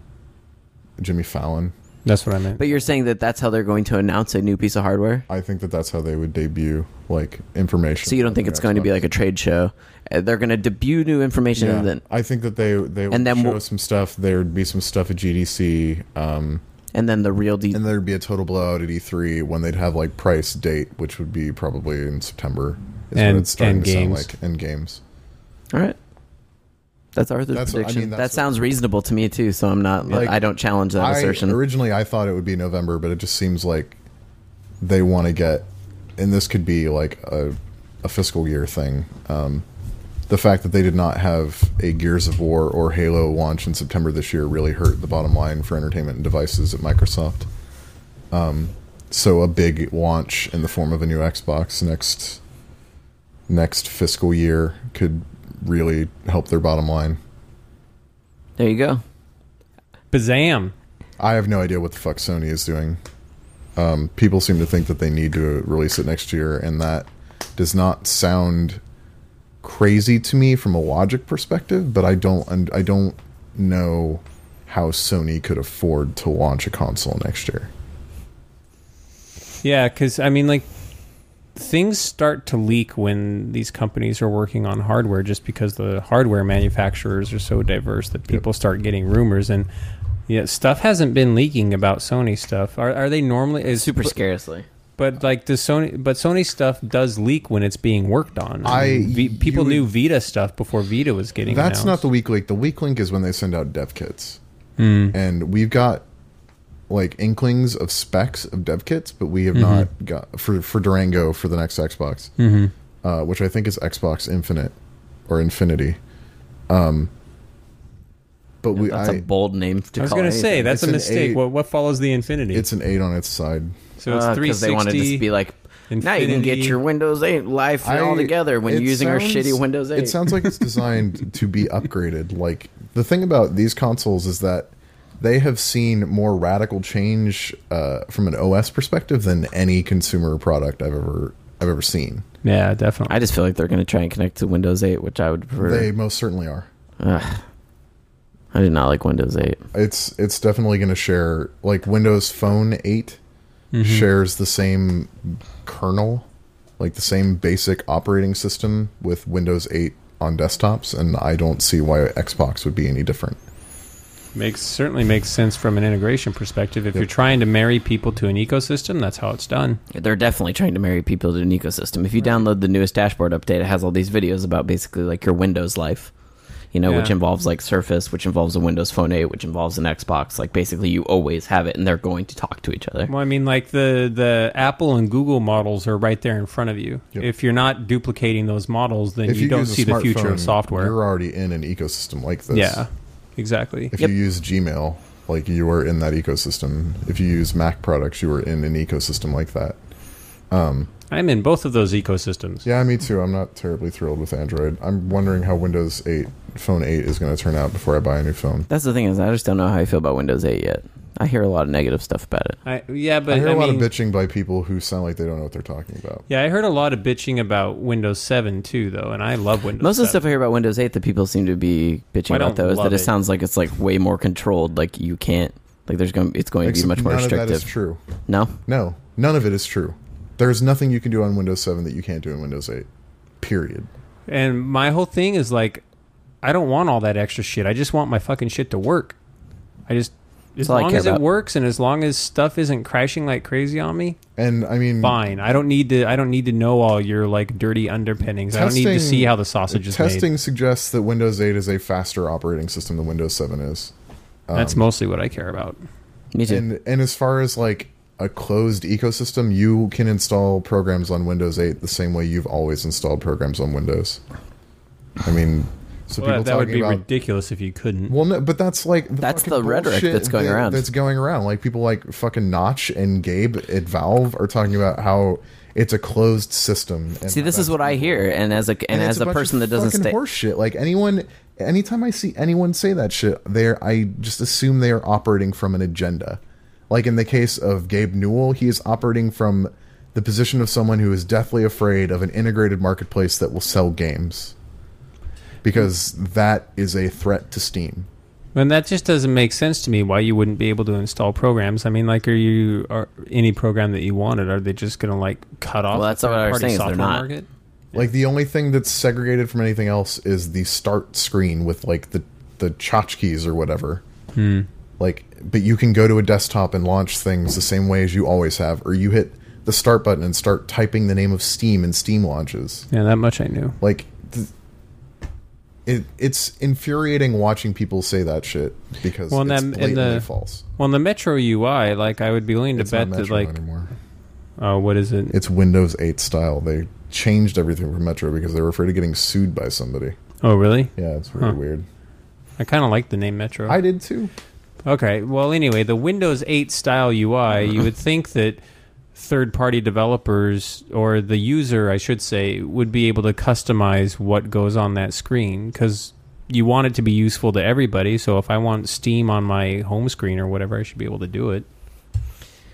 S4: Jimmy Fallon.
S3: That's what I meant.
S2: But you're saying that that's how they're going to announce a new piece of hardware?
S4: I think that that's how they would debut like information.
S2: So you don't think
S4: on
S2: it's
S4: their
S2: going to be
S4: Xbox.
S2: like a trade show? Uh, They're going to debut new information
S4: Yeah.
S2: and then
S4: I think that they they would
S2: And then
S4: show
S2: we'll-
S4: some stuff. There'd be some stuff at GDC, um,
S2: and then the real details.
S4: and there'd be a total blowout at E3 when they'd have like price date, which would be probably in September. Is
S3: And-
S4: what it's starting
S3: and
S4: to sound
S3: games.
S4: like. And games.
S2: All right. That's Arthur's
S4: That's what- I
S2: prediction.
S4: mean, that's
S2: that
S4: what-
S2: sounds reasonable to me too, so I'm not
S4: Like,
S2: I don't challenge that
S4: I,
S2: assertion.
S4: originally, I thought it would be November, but it just seems like they want to get, and this could be like a, a fiscal year thing. Um, the fact that they did not have a Gears of War or Halo launch in September this year really hurt the bottom line for entertainment and devices at Microsoft. Um, so a big launch in the form of a new Xbox next next fiscal year could really help their bottom line.
S2: there you go.
S3: Bazam.
S4: I have no idea what the fuck Sony is doing. Um, people seem to think that they need to release it next year, and that does not sound crazy to me from a logic perspective. But I don't, und- I don't know how Sony could afford to launch a console next year.
S3: Yeah, because I mean, like things start to leak when these companies are working on hardware, just because the hardware manufacturers are so diverse that people start getting rumors and. Yeah, stuff hasn't been leaking about Sony stuff. Are, are they normally is,
S2: Super
S3: but,
S2: scarcely.
S3: But like the Sony, but Sony stuff does leak when it's being worked on.
S4: I-
S3: mean, V-
S4: you
S3: people
S4: would-
S3: knew Vita stuff before Vita was getting.
S4: That's not
S3: announced.
S4: the weak link. The weak link is when they send out dev kits,
S2: Hmm.
S4: and we've got like inklings of specs of dev kits, but we have
S2: Mm-hmm.
S4: not got for for Durango for the next Xbox,
S2: Mm-hmm.
S4: uh, which I think is Xbox Infinite or Infinity. Um, but we
S2: That's a
S4: I,
S2: bold name to
S3: I was
S2: call
S3: gonna
S2: anything.
S3: say that's
S4: It's
S3: a
S4: an
S3: mistake.
S4: eight.
S3: What what follows the infinity?
S4: it's an eight on its side.
S3: so it's
S2: Uh,
S3: three
S2: 'cause they wanted to just be
S3: sixty.
S2: like now you can get
S3: Infinity.
S2: your Windows 8 live
S4: I-
S2: all together when
S4: it
S2: you're using our
S4: sounds-
S2: shitty Windows 8.
S4: It sounds like it's designed to be upgraded. Like the thing about these consoles is that they have seen more radical change uh, from an OS perspective than any consumer product I've ever I've ever seen.
S3: Yeah, definitely.
S2: I just feel like they're going to try and connect to Windows 8, which I would prefer.
S4: They most certainly are.
S2: Ugh. I did not like Windows 8.
S4: It's it's definitely going to share like Windows Phone 8 shares the same kernel, like the same basic operating system with Windows 8 on desktops, and I don't see why Xbox would be any different.
S3: Makes certainly makes sense from an integration perspective. If you're trying to marry people to an ecosystem, that's how it's done.
S2: They're definitely trying to marry people to an ecosystem. If you download the newest dashboard update, it has all these videos about basically like your Windows life, you know, which
S3: Yeah.
S2: involves like Surface, which involves a Windows Phone 8, which involves an Xbox. Like basically, you always have it, and they're going to talk to each other.
S3: Well, I mean, like the the Apple and Google models are right there in front of you.
S4: Yep.
S3: If you're not duplicating those models, then
S4: If
S3: you, don't
S4: use a
S3: see the future
S4: smartphone,
S3: of software.
S4: you're already in an ecosystem like this.
S3: Yeah, exactly.
S4: If
S2: Yep.
S4: you use Gmail, like you are in that ecosystem. If you use Mac products, you are in an ecosystem like that.
S3: I'm in both of those ecosystems.
S4: Yeah, me too. I'm not terribly thrilled with Android. I'm wondering how Windows 8 Phone 8 is going to turn out before I buy a new phone.
S2: That's the thing is, I just don't know how I feel about Windows 8 yet. I hear a lot of negative stuff about it.
S3: I, yeah, but
S4: I hear a
S3: I
S4: lot
S3: mean,
S4: of bitching by people who sound like they don't know what they're talking about.
S3: yeah, I heard a lot of bitching about Windows 7 too, though, and I love Windows.
S2: Most of the
S3: 7.
S2: stuff I hear about Windows 8 that people seem to be bitching
S3: I
S2: about
S3: don't
S2: though is that
S3: love
S2: it,
S3: it.
S2: sounds like it's like way more controlled. Like you can't like there's going to it's going to be
S4: Except
S2: much more
S4: none of that is
S2: restrictive.
S4: true.
S2: No,
S4: No, none of it is true. There's nothing you can do on Windows 7 that you can't do in Windows 8. Period.
S3: And my whole thing is like, I don't want all that extra shit. I just want my fucking shit to work. I just as
S2: all I
S3: long
S2: care
S3: as
S2: about.
S3: it works and as long as stuff isn't crashing like crazy on me,
S4: And I mean,
S3: fine. I don't need to. I don't need to know all your like dirty underpinnings. I don't need to
S4: Testing-
S3: see how the sausage is
S4: testing
S3: made.
S4: suggests that Windows 8 is a faster operating system than Windows 7 is. um,
S3: That's mostly what I care about.
S2: me too.
S4: And and as far as like a closed ecosystem, you can install programs on Windows 8 the same way you've always installed programs on Windows. I mean, so
S3: Well,
S4: people
S3: that would
S4: talking
S3: be
S4: about
S3: ridiculous if you couldn't.
S4: well, no, but that's like the
S2: That's the
S4: fucking
S2: rhetoric
S4: bullshit
S2: that's going
S4: that-
S2: around.
S4: That's going around. Like people like fucking Notch and Gabe at Valve are talking about how it's a closed system. And
S2: See, this is what I hear, and as a and,
S4: it's
S2: as a
S4: bunch
S2: person
S4: of
S2: that doesn't
S4: fucking
S2: stay,
S4: horse shit. Like anyone, anytime I see anyone say that shit, there I just assume they are operating from an agenda. Like in the case of Gabe Newell, he is operating from the position of someone who is deathly afraid of an integrated marketplace that will sell games, because that is a threat to Steam.
S3: And that just doesn't make sense to me. Why you wouldn't be able to install programs? I mean, like, are you are any program that you wanted? Are they just going to like cut off?
S2: Well,
S3: the
S2: that's what I was
S3: third-party
S2: saying, is they're
S3: software
S2: not.
S3: market?
S4: Like the only thing that's segregated from anything else is the start screen with like the the tchotchkes or whatever.
S3: Hmm.
S4: Like, but you can go to a desktop and launch things the same way as you always have, or you hit the start button and start typing the name of Steam and Steam launches.
S3: Yeah, that much I knew.
S4: Like, th- it it's infuriating watching people say that shit because
S3: Well, and
S4: it's
S3: then- and
S4: blatantly
S3: the-
S4: false.
S3: Well, in the Metro UI, like I would be willing to
S4: It's
S3: bet
S4: not
S3: that
S4: Metro
S3: like,
S4: anymore.
S3: oh, what is it?
S4: It's Windows 8 style. They changed everything from Metro because they were afraid of getting sued by somebody.
S3: Oh, really?
S4: Yeah, it's really
S3: Huh.
S4: weird.
S3: I kind of like the name Metro.
S4: I did too.
S3: okay. Well, anyway, the Windows 8 style UI, you would think that third-party developers or the user, I should say, would be able to customize what goes on that screen because you want it to be useful to everybody. So if I want Steam on my home screen or whatever, I should be able to do it.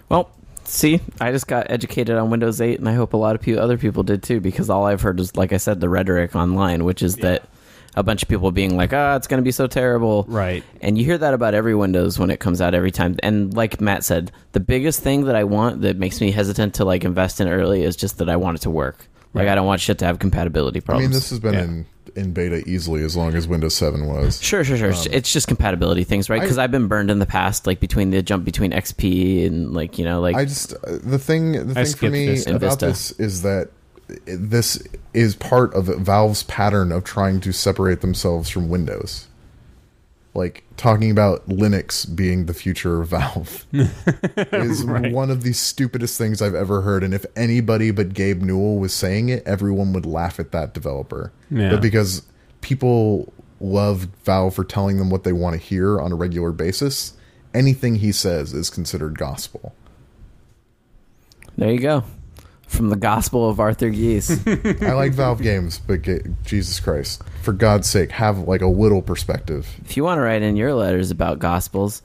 S2: Well, see, I just got educated on Windows 8, and I hope a lot of pe- other people did too, because all I've heard is, like I said, the rhetoric online, which is that a bunch of people being like, "Ah, it's going to be so terrible,"
S3: Right.
S2: And you hear that about every Windows when it comes out every time. And like Matt said, the biggest thing that I want that makes me hesitant to like invest in early is just that I want it to work. Like
S3: Right.
S2: I don't want shit to have compatibility
S4: I
S2: problems.
S4: mean, this has been
S3: Yeah.
S4: in, in beta easily as long as Windows 7 was.
S2: Sure, sure, sure. It's- it's just compatibility things, right?
S4: um, I-
S2: Because I've been burned in the past, like between the jump between XP and like you know, like
S4: I just uh, the thing the thing for
S3: skipped
S4: me
S3: this in
S4: about
S2: Vista.
S4: this is that i- this is part of Valve's pattern of trying to separate themselves from Windows. Like talking about Linux being the future of Valve is one of the stupidest things I've ever heard. And if anybody but Gabe Newell was saying it, everyone would laugh at that developer.
S3: Yeah.
S4: But because people love Valve for telling them what they want to hear on a regular basis, anything he says is considered gospel.
S2: there you go, from the gospel of Arthur Geese.
S4: I like Valve games, but ga- Jesus Christ, for God's sake, have like a little perspective.
S2: if you want to write in your letters about gospels,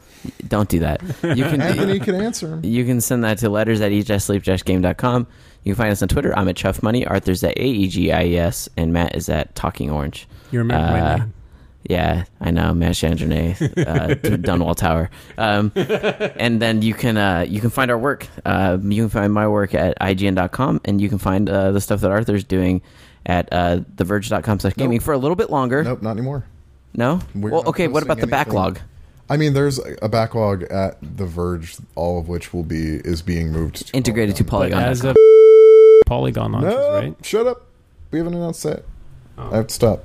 S2: don't do that. You
S4: Anthony
S2: can
S4: can answer 'em.
S2: you can send that to letters at eatsleepjustgame.com. You can find us on Twitter. I'm at Chuff Money. Arthur's at A E G I E S, and Matt is at Talking Orange.
S3: You remember my
S2: Uh,
S3: name.
S2: Yeah, I know, Matt Chandranay, uh, to Dunwall Tower. Um, and then you can uh, you can find our work. Uh, you can find my work at ign.com, and you can find uh, the stuff that Arthur's doing at uh, theverge.com slash gaming
S4: Nope.
S2: for a little bit longer.
S4: Nope, not anymore.
S2: No?
S4: We're
S2: well,
S4: not
S2: okay, what
S4: posting
S2: about the
S4: anything.
S2: backlog?
S4: I mean, there's a backlog at The Verge, all of which will be is being moved to
S2: Integrated to
S3: But
S2: Polygon.
S3: as a Polygon launches,
S4: No,
S3: right?
S4: Oh, shut up. We haven't announced that. I have to stop.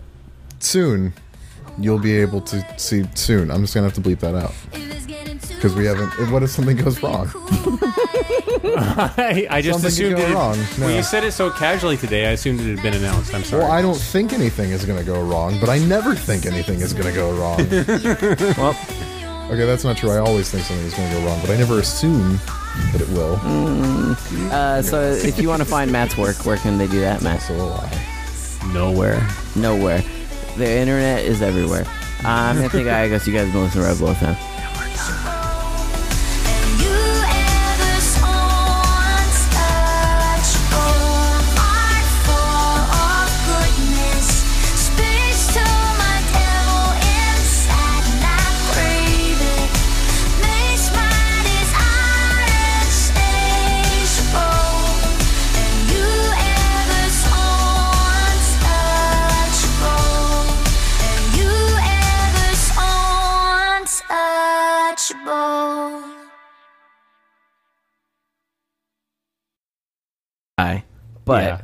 S4: Soon, you'll be able to see. Soon, I'm just gonna have to bleep that out because we haven't. if- What if something goes wrong?
S3: I, I just
S4: Something could
S3: assumed
S4: go
S3: it.
S4: wrong.
S3: Well,
S4: No.
S3: you said it so casually today. I assumed it had been announced. I'm sorry.
S4: Well, I don't think anything is gonna go wrong, but I never think anything is gonna go wrong. okay,
S2: well,
S4: that's not true. I always think something is gonna go wrong, but I never assume that it will.
S2: Mm. uh, so if you want to find Matt's work, where can they do that, Matt?
S4: So will I.
S3: Nowhere.
S2: Nowhere. The internet is everywhere. I'm Anthony Gallegos. You guys have been listening to Red Bull FM.
S5: Untouchable.
S2: guy, but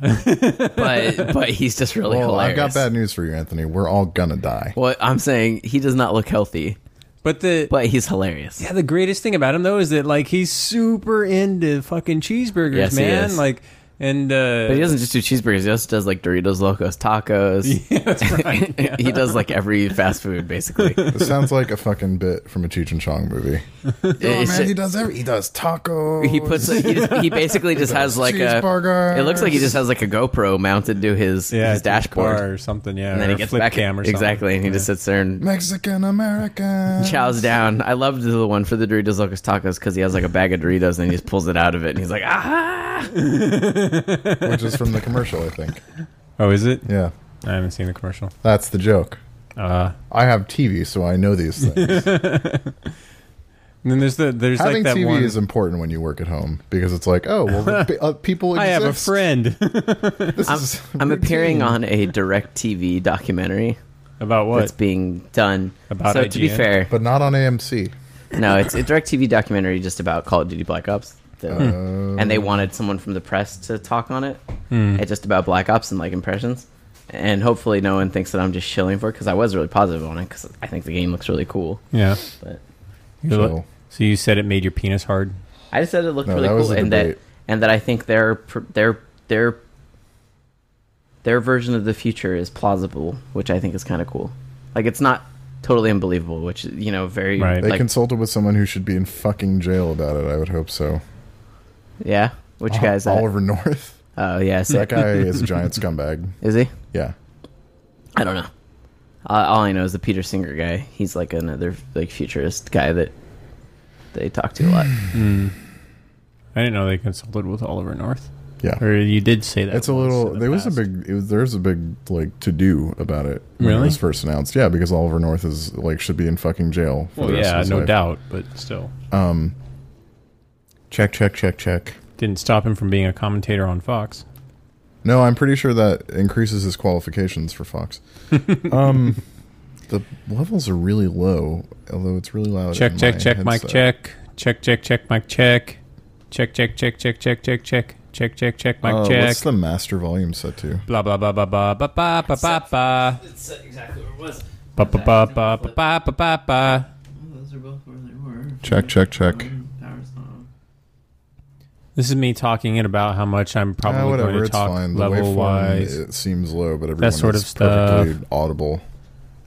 S2: but but he's just really
S4: Well, I've
S2: hilarious.
S4: got bad news for you, Anthony. We're all gonna die.
S2: Well, I'm saying he does not look healthy,
S3: But the
S2: but he's hilarious.
S3: yeah, the greatest thing about him though is that like he's super into fucking cheeseburgers,
S2: Yes, he
S3: man.
S2: is.
S3: Like and uh,
S2: But he doesn't just do cheeseburgers; he also does like Doritos, Locos, tacos.
S3: that's right. Yeah. Oh,
S2: he does like every fast food, basically.
S4: This sounds like a fucking bit from a Cheech and Chong movie.
S2: It's
S4: Oh, man, he
S2: just-
S4: does every. He does tacos.
S2: he puts he, just, he basically just has like a
S4: Cheeseburgers.
S2: it looks like he just has like a GoPro mounted to his
S3: yeah,
S2: his
S3: it's like a
S2: dashboard,
S3: car or something. Yeah,
S2: and then
S3: or
S2: he
S3: a
S2: gets
S3: flip
S2: back
S3: cam or something.
S2: exactly, and he
S3: Yeah.
S2: just sits there and
S4: Mexican American.
S2: chows down. I loved the one for the Doritos Locos Tacos because he has like a bag of Doritos and he just pulls it out of it and he's like, ah!
S4: Which is from the commercial, I think.
S3: Oh, is it?
S4: Yeah,
S3: I haven't seen the commercial.
S4: that's the joke.
S3: Uh,
S4: I have TV, so I know these things.
S3: and then there's the there's
S4: Having
S3: like that
S4: TV
S3: one.
S4: is important when you work at home because it's like, oh, well, the pe- uh, people.
S3: I have a
S4: exist.
S3: friend.
S4: This is
S2: I'm
S4: routine.
S2: appearing on a direct TV documentary
S3: About what?
S2: that's being done.
S3: About
S2: so to be
S3: IGN?
S2: fair,
S4: but not on AMC.
S2: no, it's a direct TV documentary just about Call of Duty Black Ops. The-
S3: Oh.
S4: Uh,
S2: and they wanted someone from the press to talk on it.
S3: Hmm.
S2: It's just about Black Ops and like impressions. And hopefully no one thinks that I'm just shilling for it because I was really positive on it because I think the game looks really cool.
S3: yeah.
S2: But
S4: So-
S3: So you said it made your penis hard.
S2: I just said it looked
S4: No,
S2: really
S4: that was
S2: cool
S4: the
S2: and
S4: debate.
S2: that and that I think their pr- their their their version of the future is plausible, which I think is kind of cool. Like it's not totally unbelievable, which you know, very
S3: Right.
S4: They
S2: like,
S4: consulted with someone who should be in fucking jail about it. I would hope so.
S2: yeah. Which guy's that?
S4: Oliver North.
S2: Oh yeah,
S4: That
S2: sick.
S4: guy is a giant scumbag.
S2: Is he?
S4: Yeah.
S2: I don't know. Uh, all I know is the Peter Singer guy. He's like another like futurist guy that they talk to a lot.
S3: I didn't know they consulted with Oliver North.
S4: Yeah.
S3: Or you did say that.
S4: It's a
S3: once
S4: little.
S3: in the
S4: there was a
S3: past.
S4: big. It was, there was a big like to do about it when it
S3: Really?
S4: was first announced. Yeah, because Oliver North is like should be in fucking jail. For
S3: Well,
S4: the rest of
S3: yeah,
S4: his
S3: no
S4: life.
S3: doubt, but still
S4: Check, check, check, check.
S3: didn't stop him from being a commentator on Fox.
S4: No, I'm pretty sure that increases his qualifications for Fox. um, the levels are really low, although it's really loud.
S3: Check,
S4: in
S3: check,
S4: my
S3: check, mic
S4: headset.
S3: check. Check, check, check, mic check. Check, check, check, check, check, check, check. Check, check, check, mic
S4: Uh,
S3: check.
S4: What's the master volume set to?
S3: Blah blah blah blah blah blah blah blah blah blah.
S2: That's exactly where it was.
S3: Ba ba ba ba ba ba ba ba ba.
S2: Those are both where they were.
S4: Check, check, check.
S3: This is me talking in about how much I'm probably
S4: Ah,
S3: going
S4: whatever,
S3: to
S4: it's
S3: talk
S4: fine. The
S3: level
S4: waveform
S3: wise.
S4: it seems low, but everyone
S3: sort
S4: is
S3: of stuff.
S4: perfectly audible.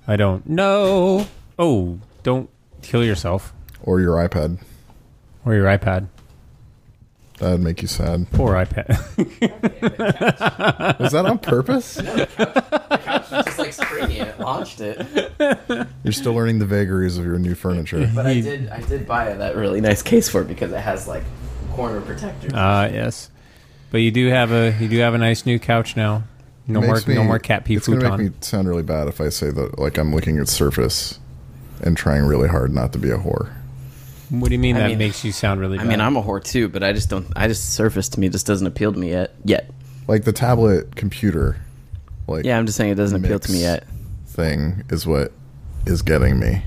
S3: I don't know. Oh, don't kill yourself
S4: Or your iPad.
S3: or your iPad.
S4: That'd make you sad.
S3: Poor iPad.
S4: Was that on purpose?
S2: Just like springy, it launched it.
S4: You're still learning the vagaries of your new furniture.
S2: But I did I did buy that really nice case for it because it has like corner protectors.
S3: Ah, yes. But you do have a you do have a nice new couch now. No more,
S4: makes me-
S3: no more cat pee
S4: It's gonna
S3: futon.
S4: make me sound really bad if I say that like I'm looking at Surface and trying really hard not to be a whore.
S3: what do you mean
S2: I
S3: that
S2: mean-
S3: makes you sound really?
S2: I
S3: Bad?
S2: mean, I'm a whore too, but I just don't. I just surface to me just doesn't appeal to me yet. Yet,
S4: Like the tablet computer, like
S2: yeah, I'm just saying it doesn't appeal to me
S4: Mix.
S2: yet.
S4: thing is what is getting me.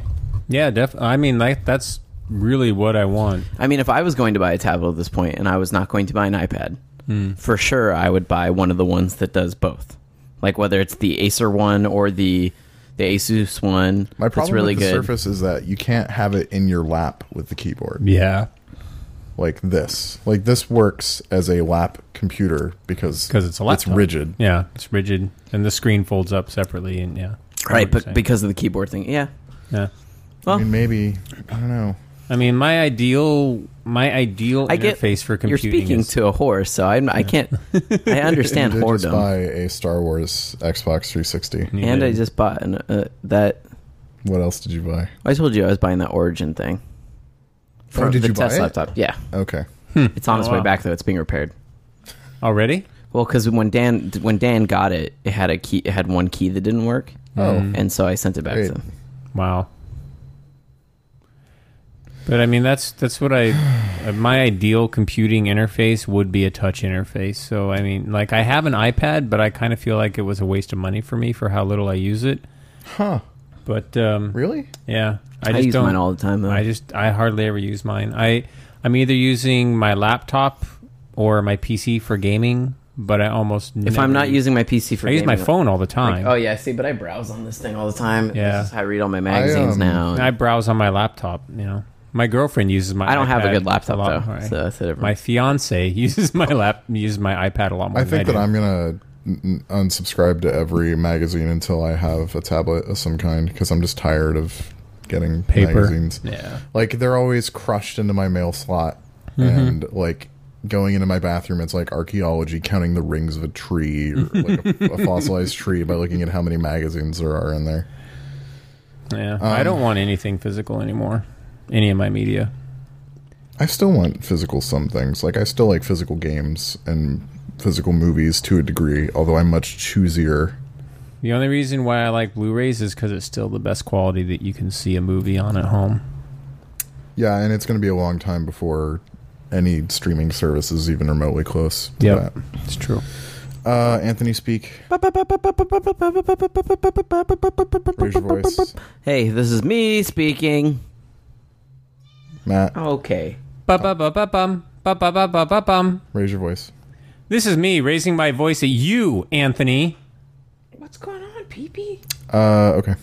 S3: yeah, def- I mean like that's really what I want.
S2: I mean, if I was going to buy a tablet at this point and I was not going to buy an iPad,
S4: Hmm.
S2: for sure I would buy one of the ones that does both. Like whether it's the Acer one or the the Asus one.
S4: My problem
S2: that's really
S4: with the
S2: good.
S4: Surface is that you can't have it in your lap with the keyboard
S3: Yeah,
S4: like this. Like this works as a lap computer because
S3: because it's a laptop.
S4: it's rigid.
S3: Yeah, it's rigid, and the screen folds up separately, and yeah. I
S2: right,
S3: know what
S2: but
S3: you're
S2: because of the keyboard thing. Yeah.
S3: saying. yeah.
S4: I mean, maybe I don't know.
S3: I mean, my ideal, my ideal
S2: I get
S3: interface for
S2: You're
S3: computing.
S2: speaking
S3: is,
S2: to a whore, so I'm, I can't. I understand
S4: I did just
S2: whoredom,
S4: buy a Star Wars Xbox 360.
S3: You
S2: and I
S3: did.
S2: just bought an, uh, that.
S4: What else did you buy?
S2: I told you I was buying that Origin thing for
S4: Oh, did
S2: the
S4: you buy
S2: test
S4: it?
S2: laptop. Yeah,
S4: Okay.
S2: it's on its
S3: Oh,
S2: way
S3: wow.
S2: back though. It's being repaired.
S3: already.
S2: Well, because when Dan when Dan got it, it had a key. It had one key that didn't work.
S4: Oh.
S3: Mm.
S2: and so I sent it back
S4: Great.
S2: to them.
S3: Wow. But I mean, that's that's what I uh, my ideal computing interface would be a touch interface. So I mean, like I have an iPad, but I kind of feel like it was a waste of money for me for how little I use it.
S4: Huh.
S3: But um,
S4: Really?
S3: yeah, I
S2: I,
S3: just
S2: use
S3: don't.
S2: mine all the time though.
S3: I just I hardly ever use mine. I I'm either using my laptop or my PC for gaming, but I almost
S2: if I'm not using my PC for,
S3: I use my
S2: gaming,
S3: phone all the
S2: like-
S3: time.
S2: oh yeah, see, but I browse on this thing all the time. This
S3: Yeah.
S2: is how I read all my magazines
S4: um,
S2: now.
S3: I browse on my laptop. You know, my girlfriend uses my.
S2: I don't have a
S3: iPad
S2: good laptop
S3: lot
S2: though,
S3: more.
S2: so that's a different.
S3: my fiance uses my lap uses my iPad a lot more.
S4: I
S3: than
S4: think that
S3: do.
S4: I'm gonna n- n- unsubscribe to every magazine until I have a tablet of some kind because I'm just tired of getting
S3: Paper.
S4: magazines.
S3: Yeah. Mm-hmm.
S4: Like they're always crushed into my mail slot, and like going into my bathroom, it's like archaeology, counting the rings of a tree, or like a, a fossilized tree, by looking at how many magazines there are in there.
S3: Yeah. I
S4: um,
S3: don't want anything physical anymore. Any of my media.
S4: I still want physical some things. Like I still like physical games and physical movies to a degree, although I'm much choosier.
S3: The only reason why I like Blu-rays is because it's still the best quality that you can see a movie on at home.
S4: Yeah, and it's going to be a long time before any streaming service is even remotely close to
S3: Yep. It's true.
S4: that. Uh, Anthony, speak. Raise your voice.
S2: hey, this is me speaking.
S4: Matt,
S2: Okay.
S3: Ba-ba-ba-ba-bum. Ba-ba-ba-ba-ba-bum.
S4: raise your voice.
S3: This is me raising my voice at you, Anthony.
S2: What's going on, Peepee?
S4: Uh, okay.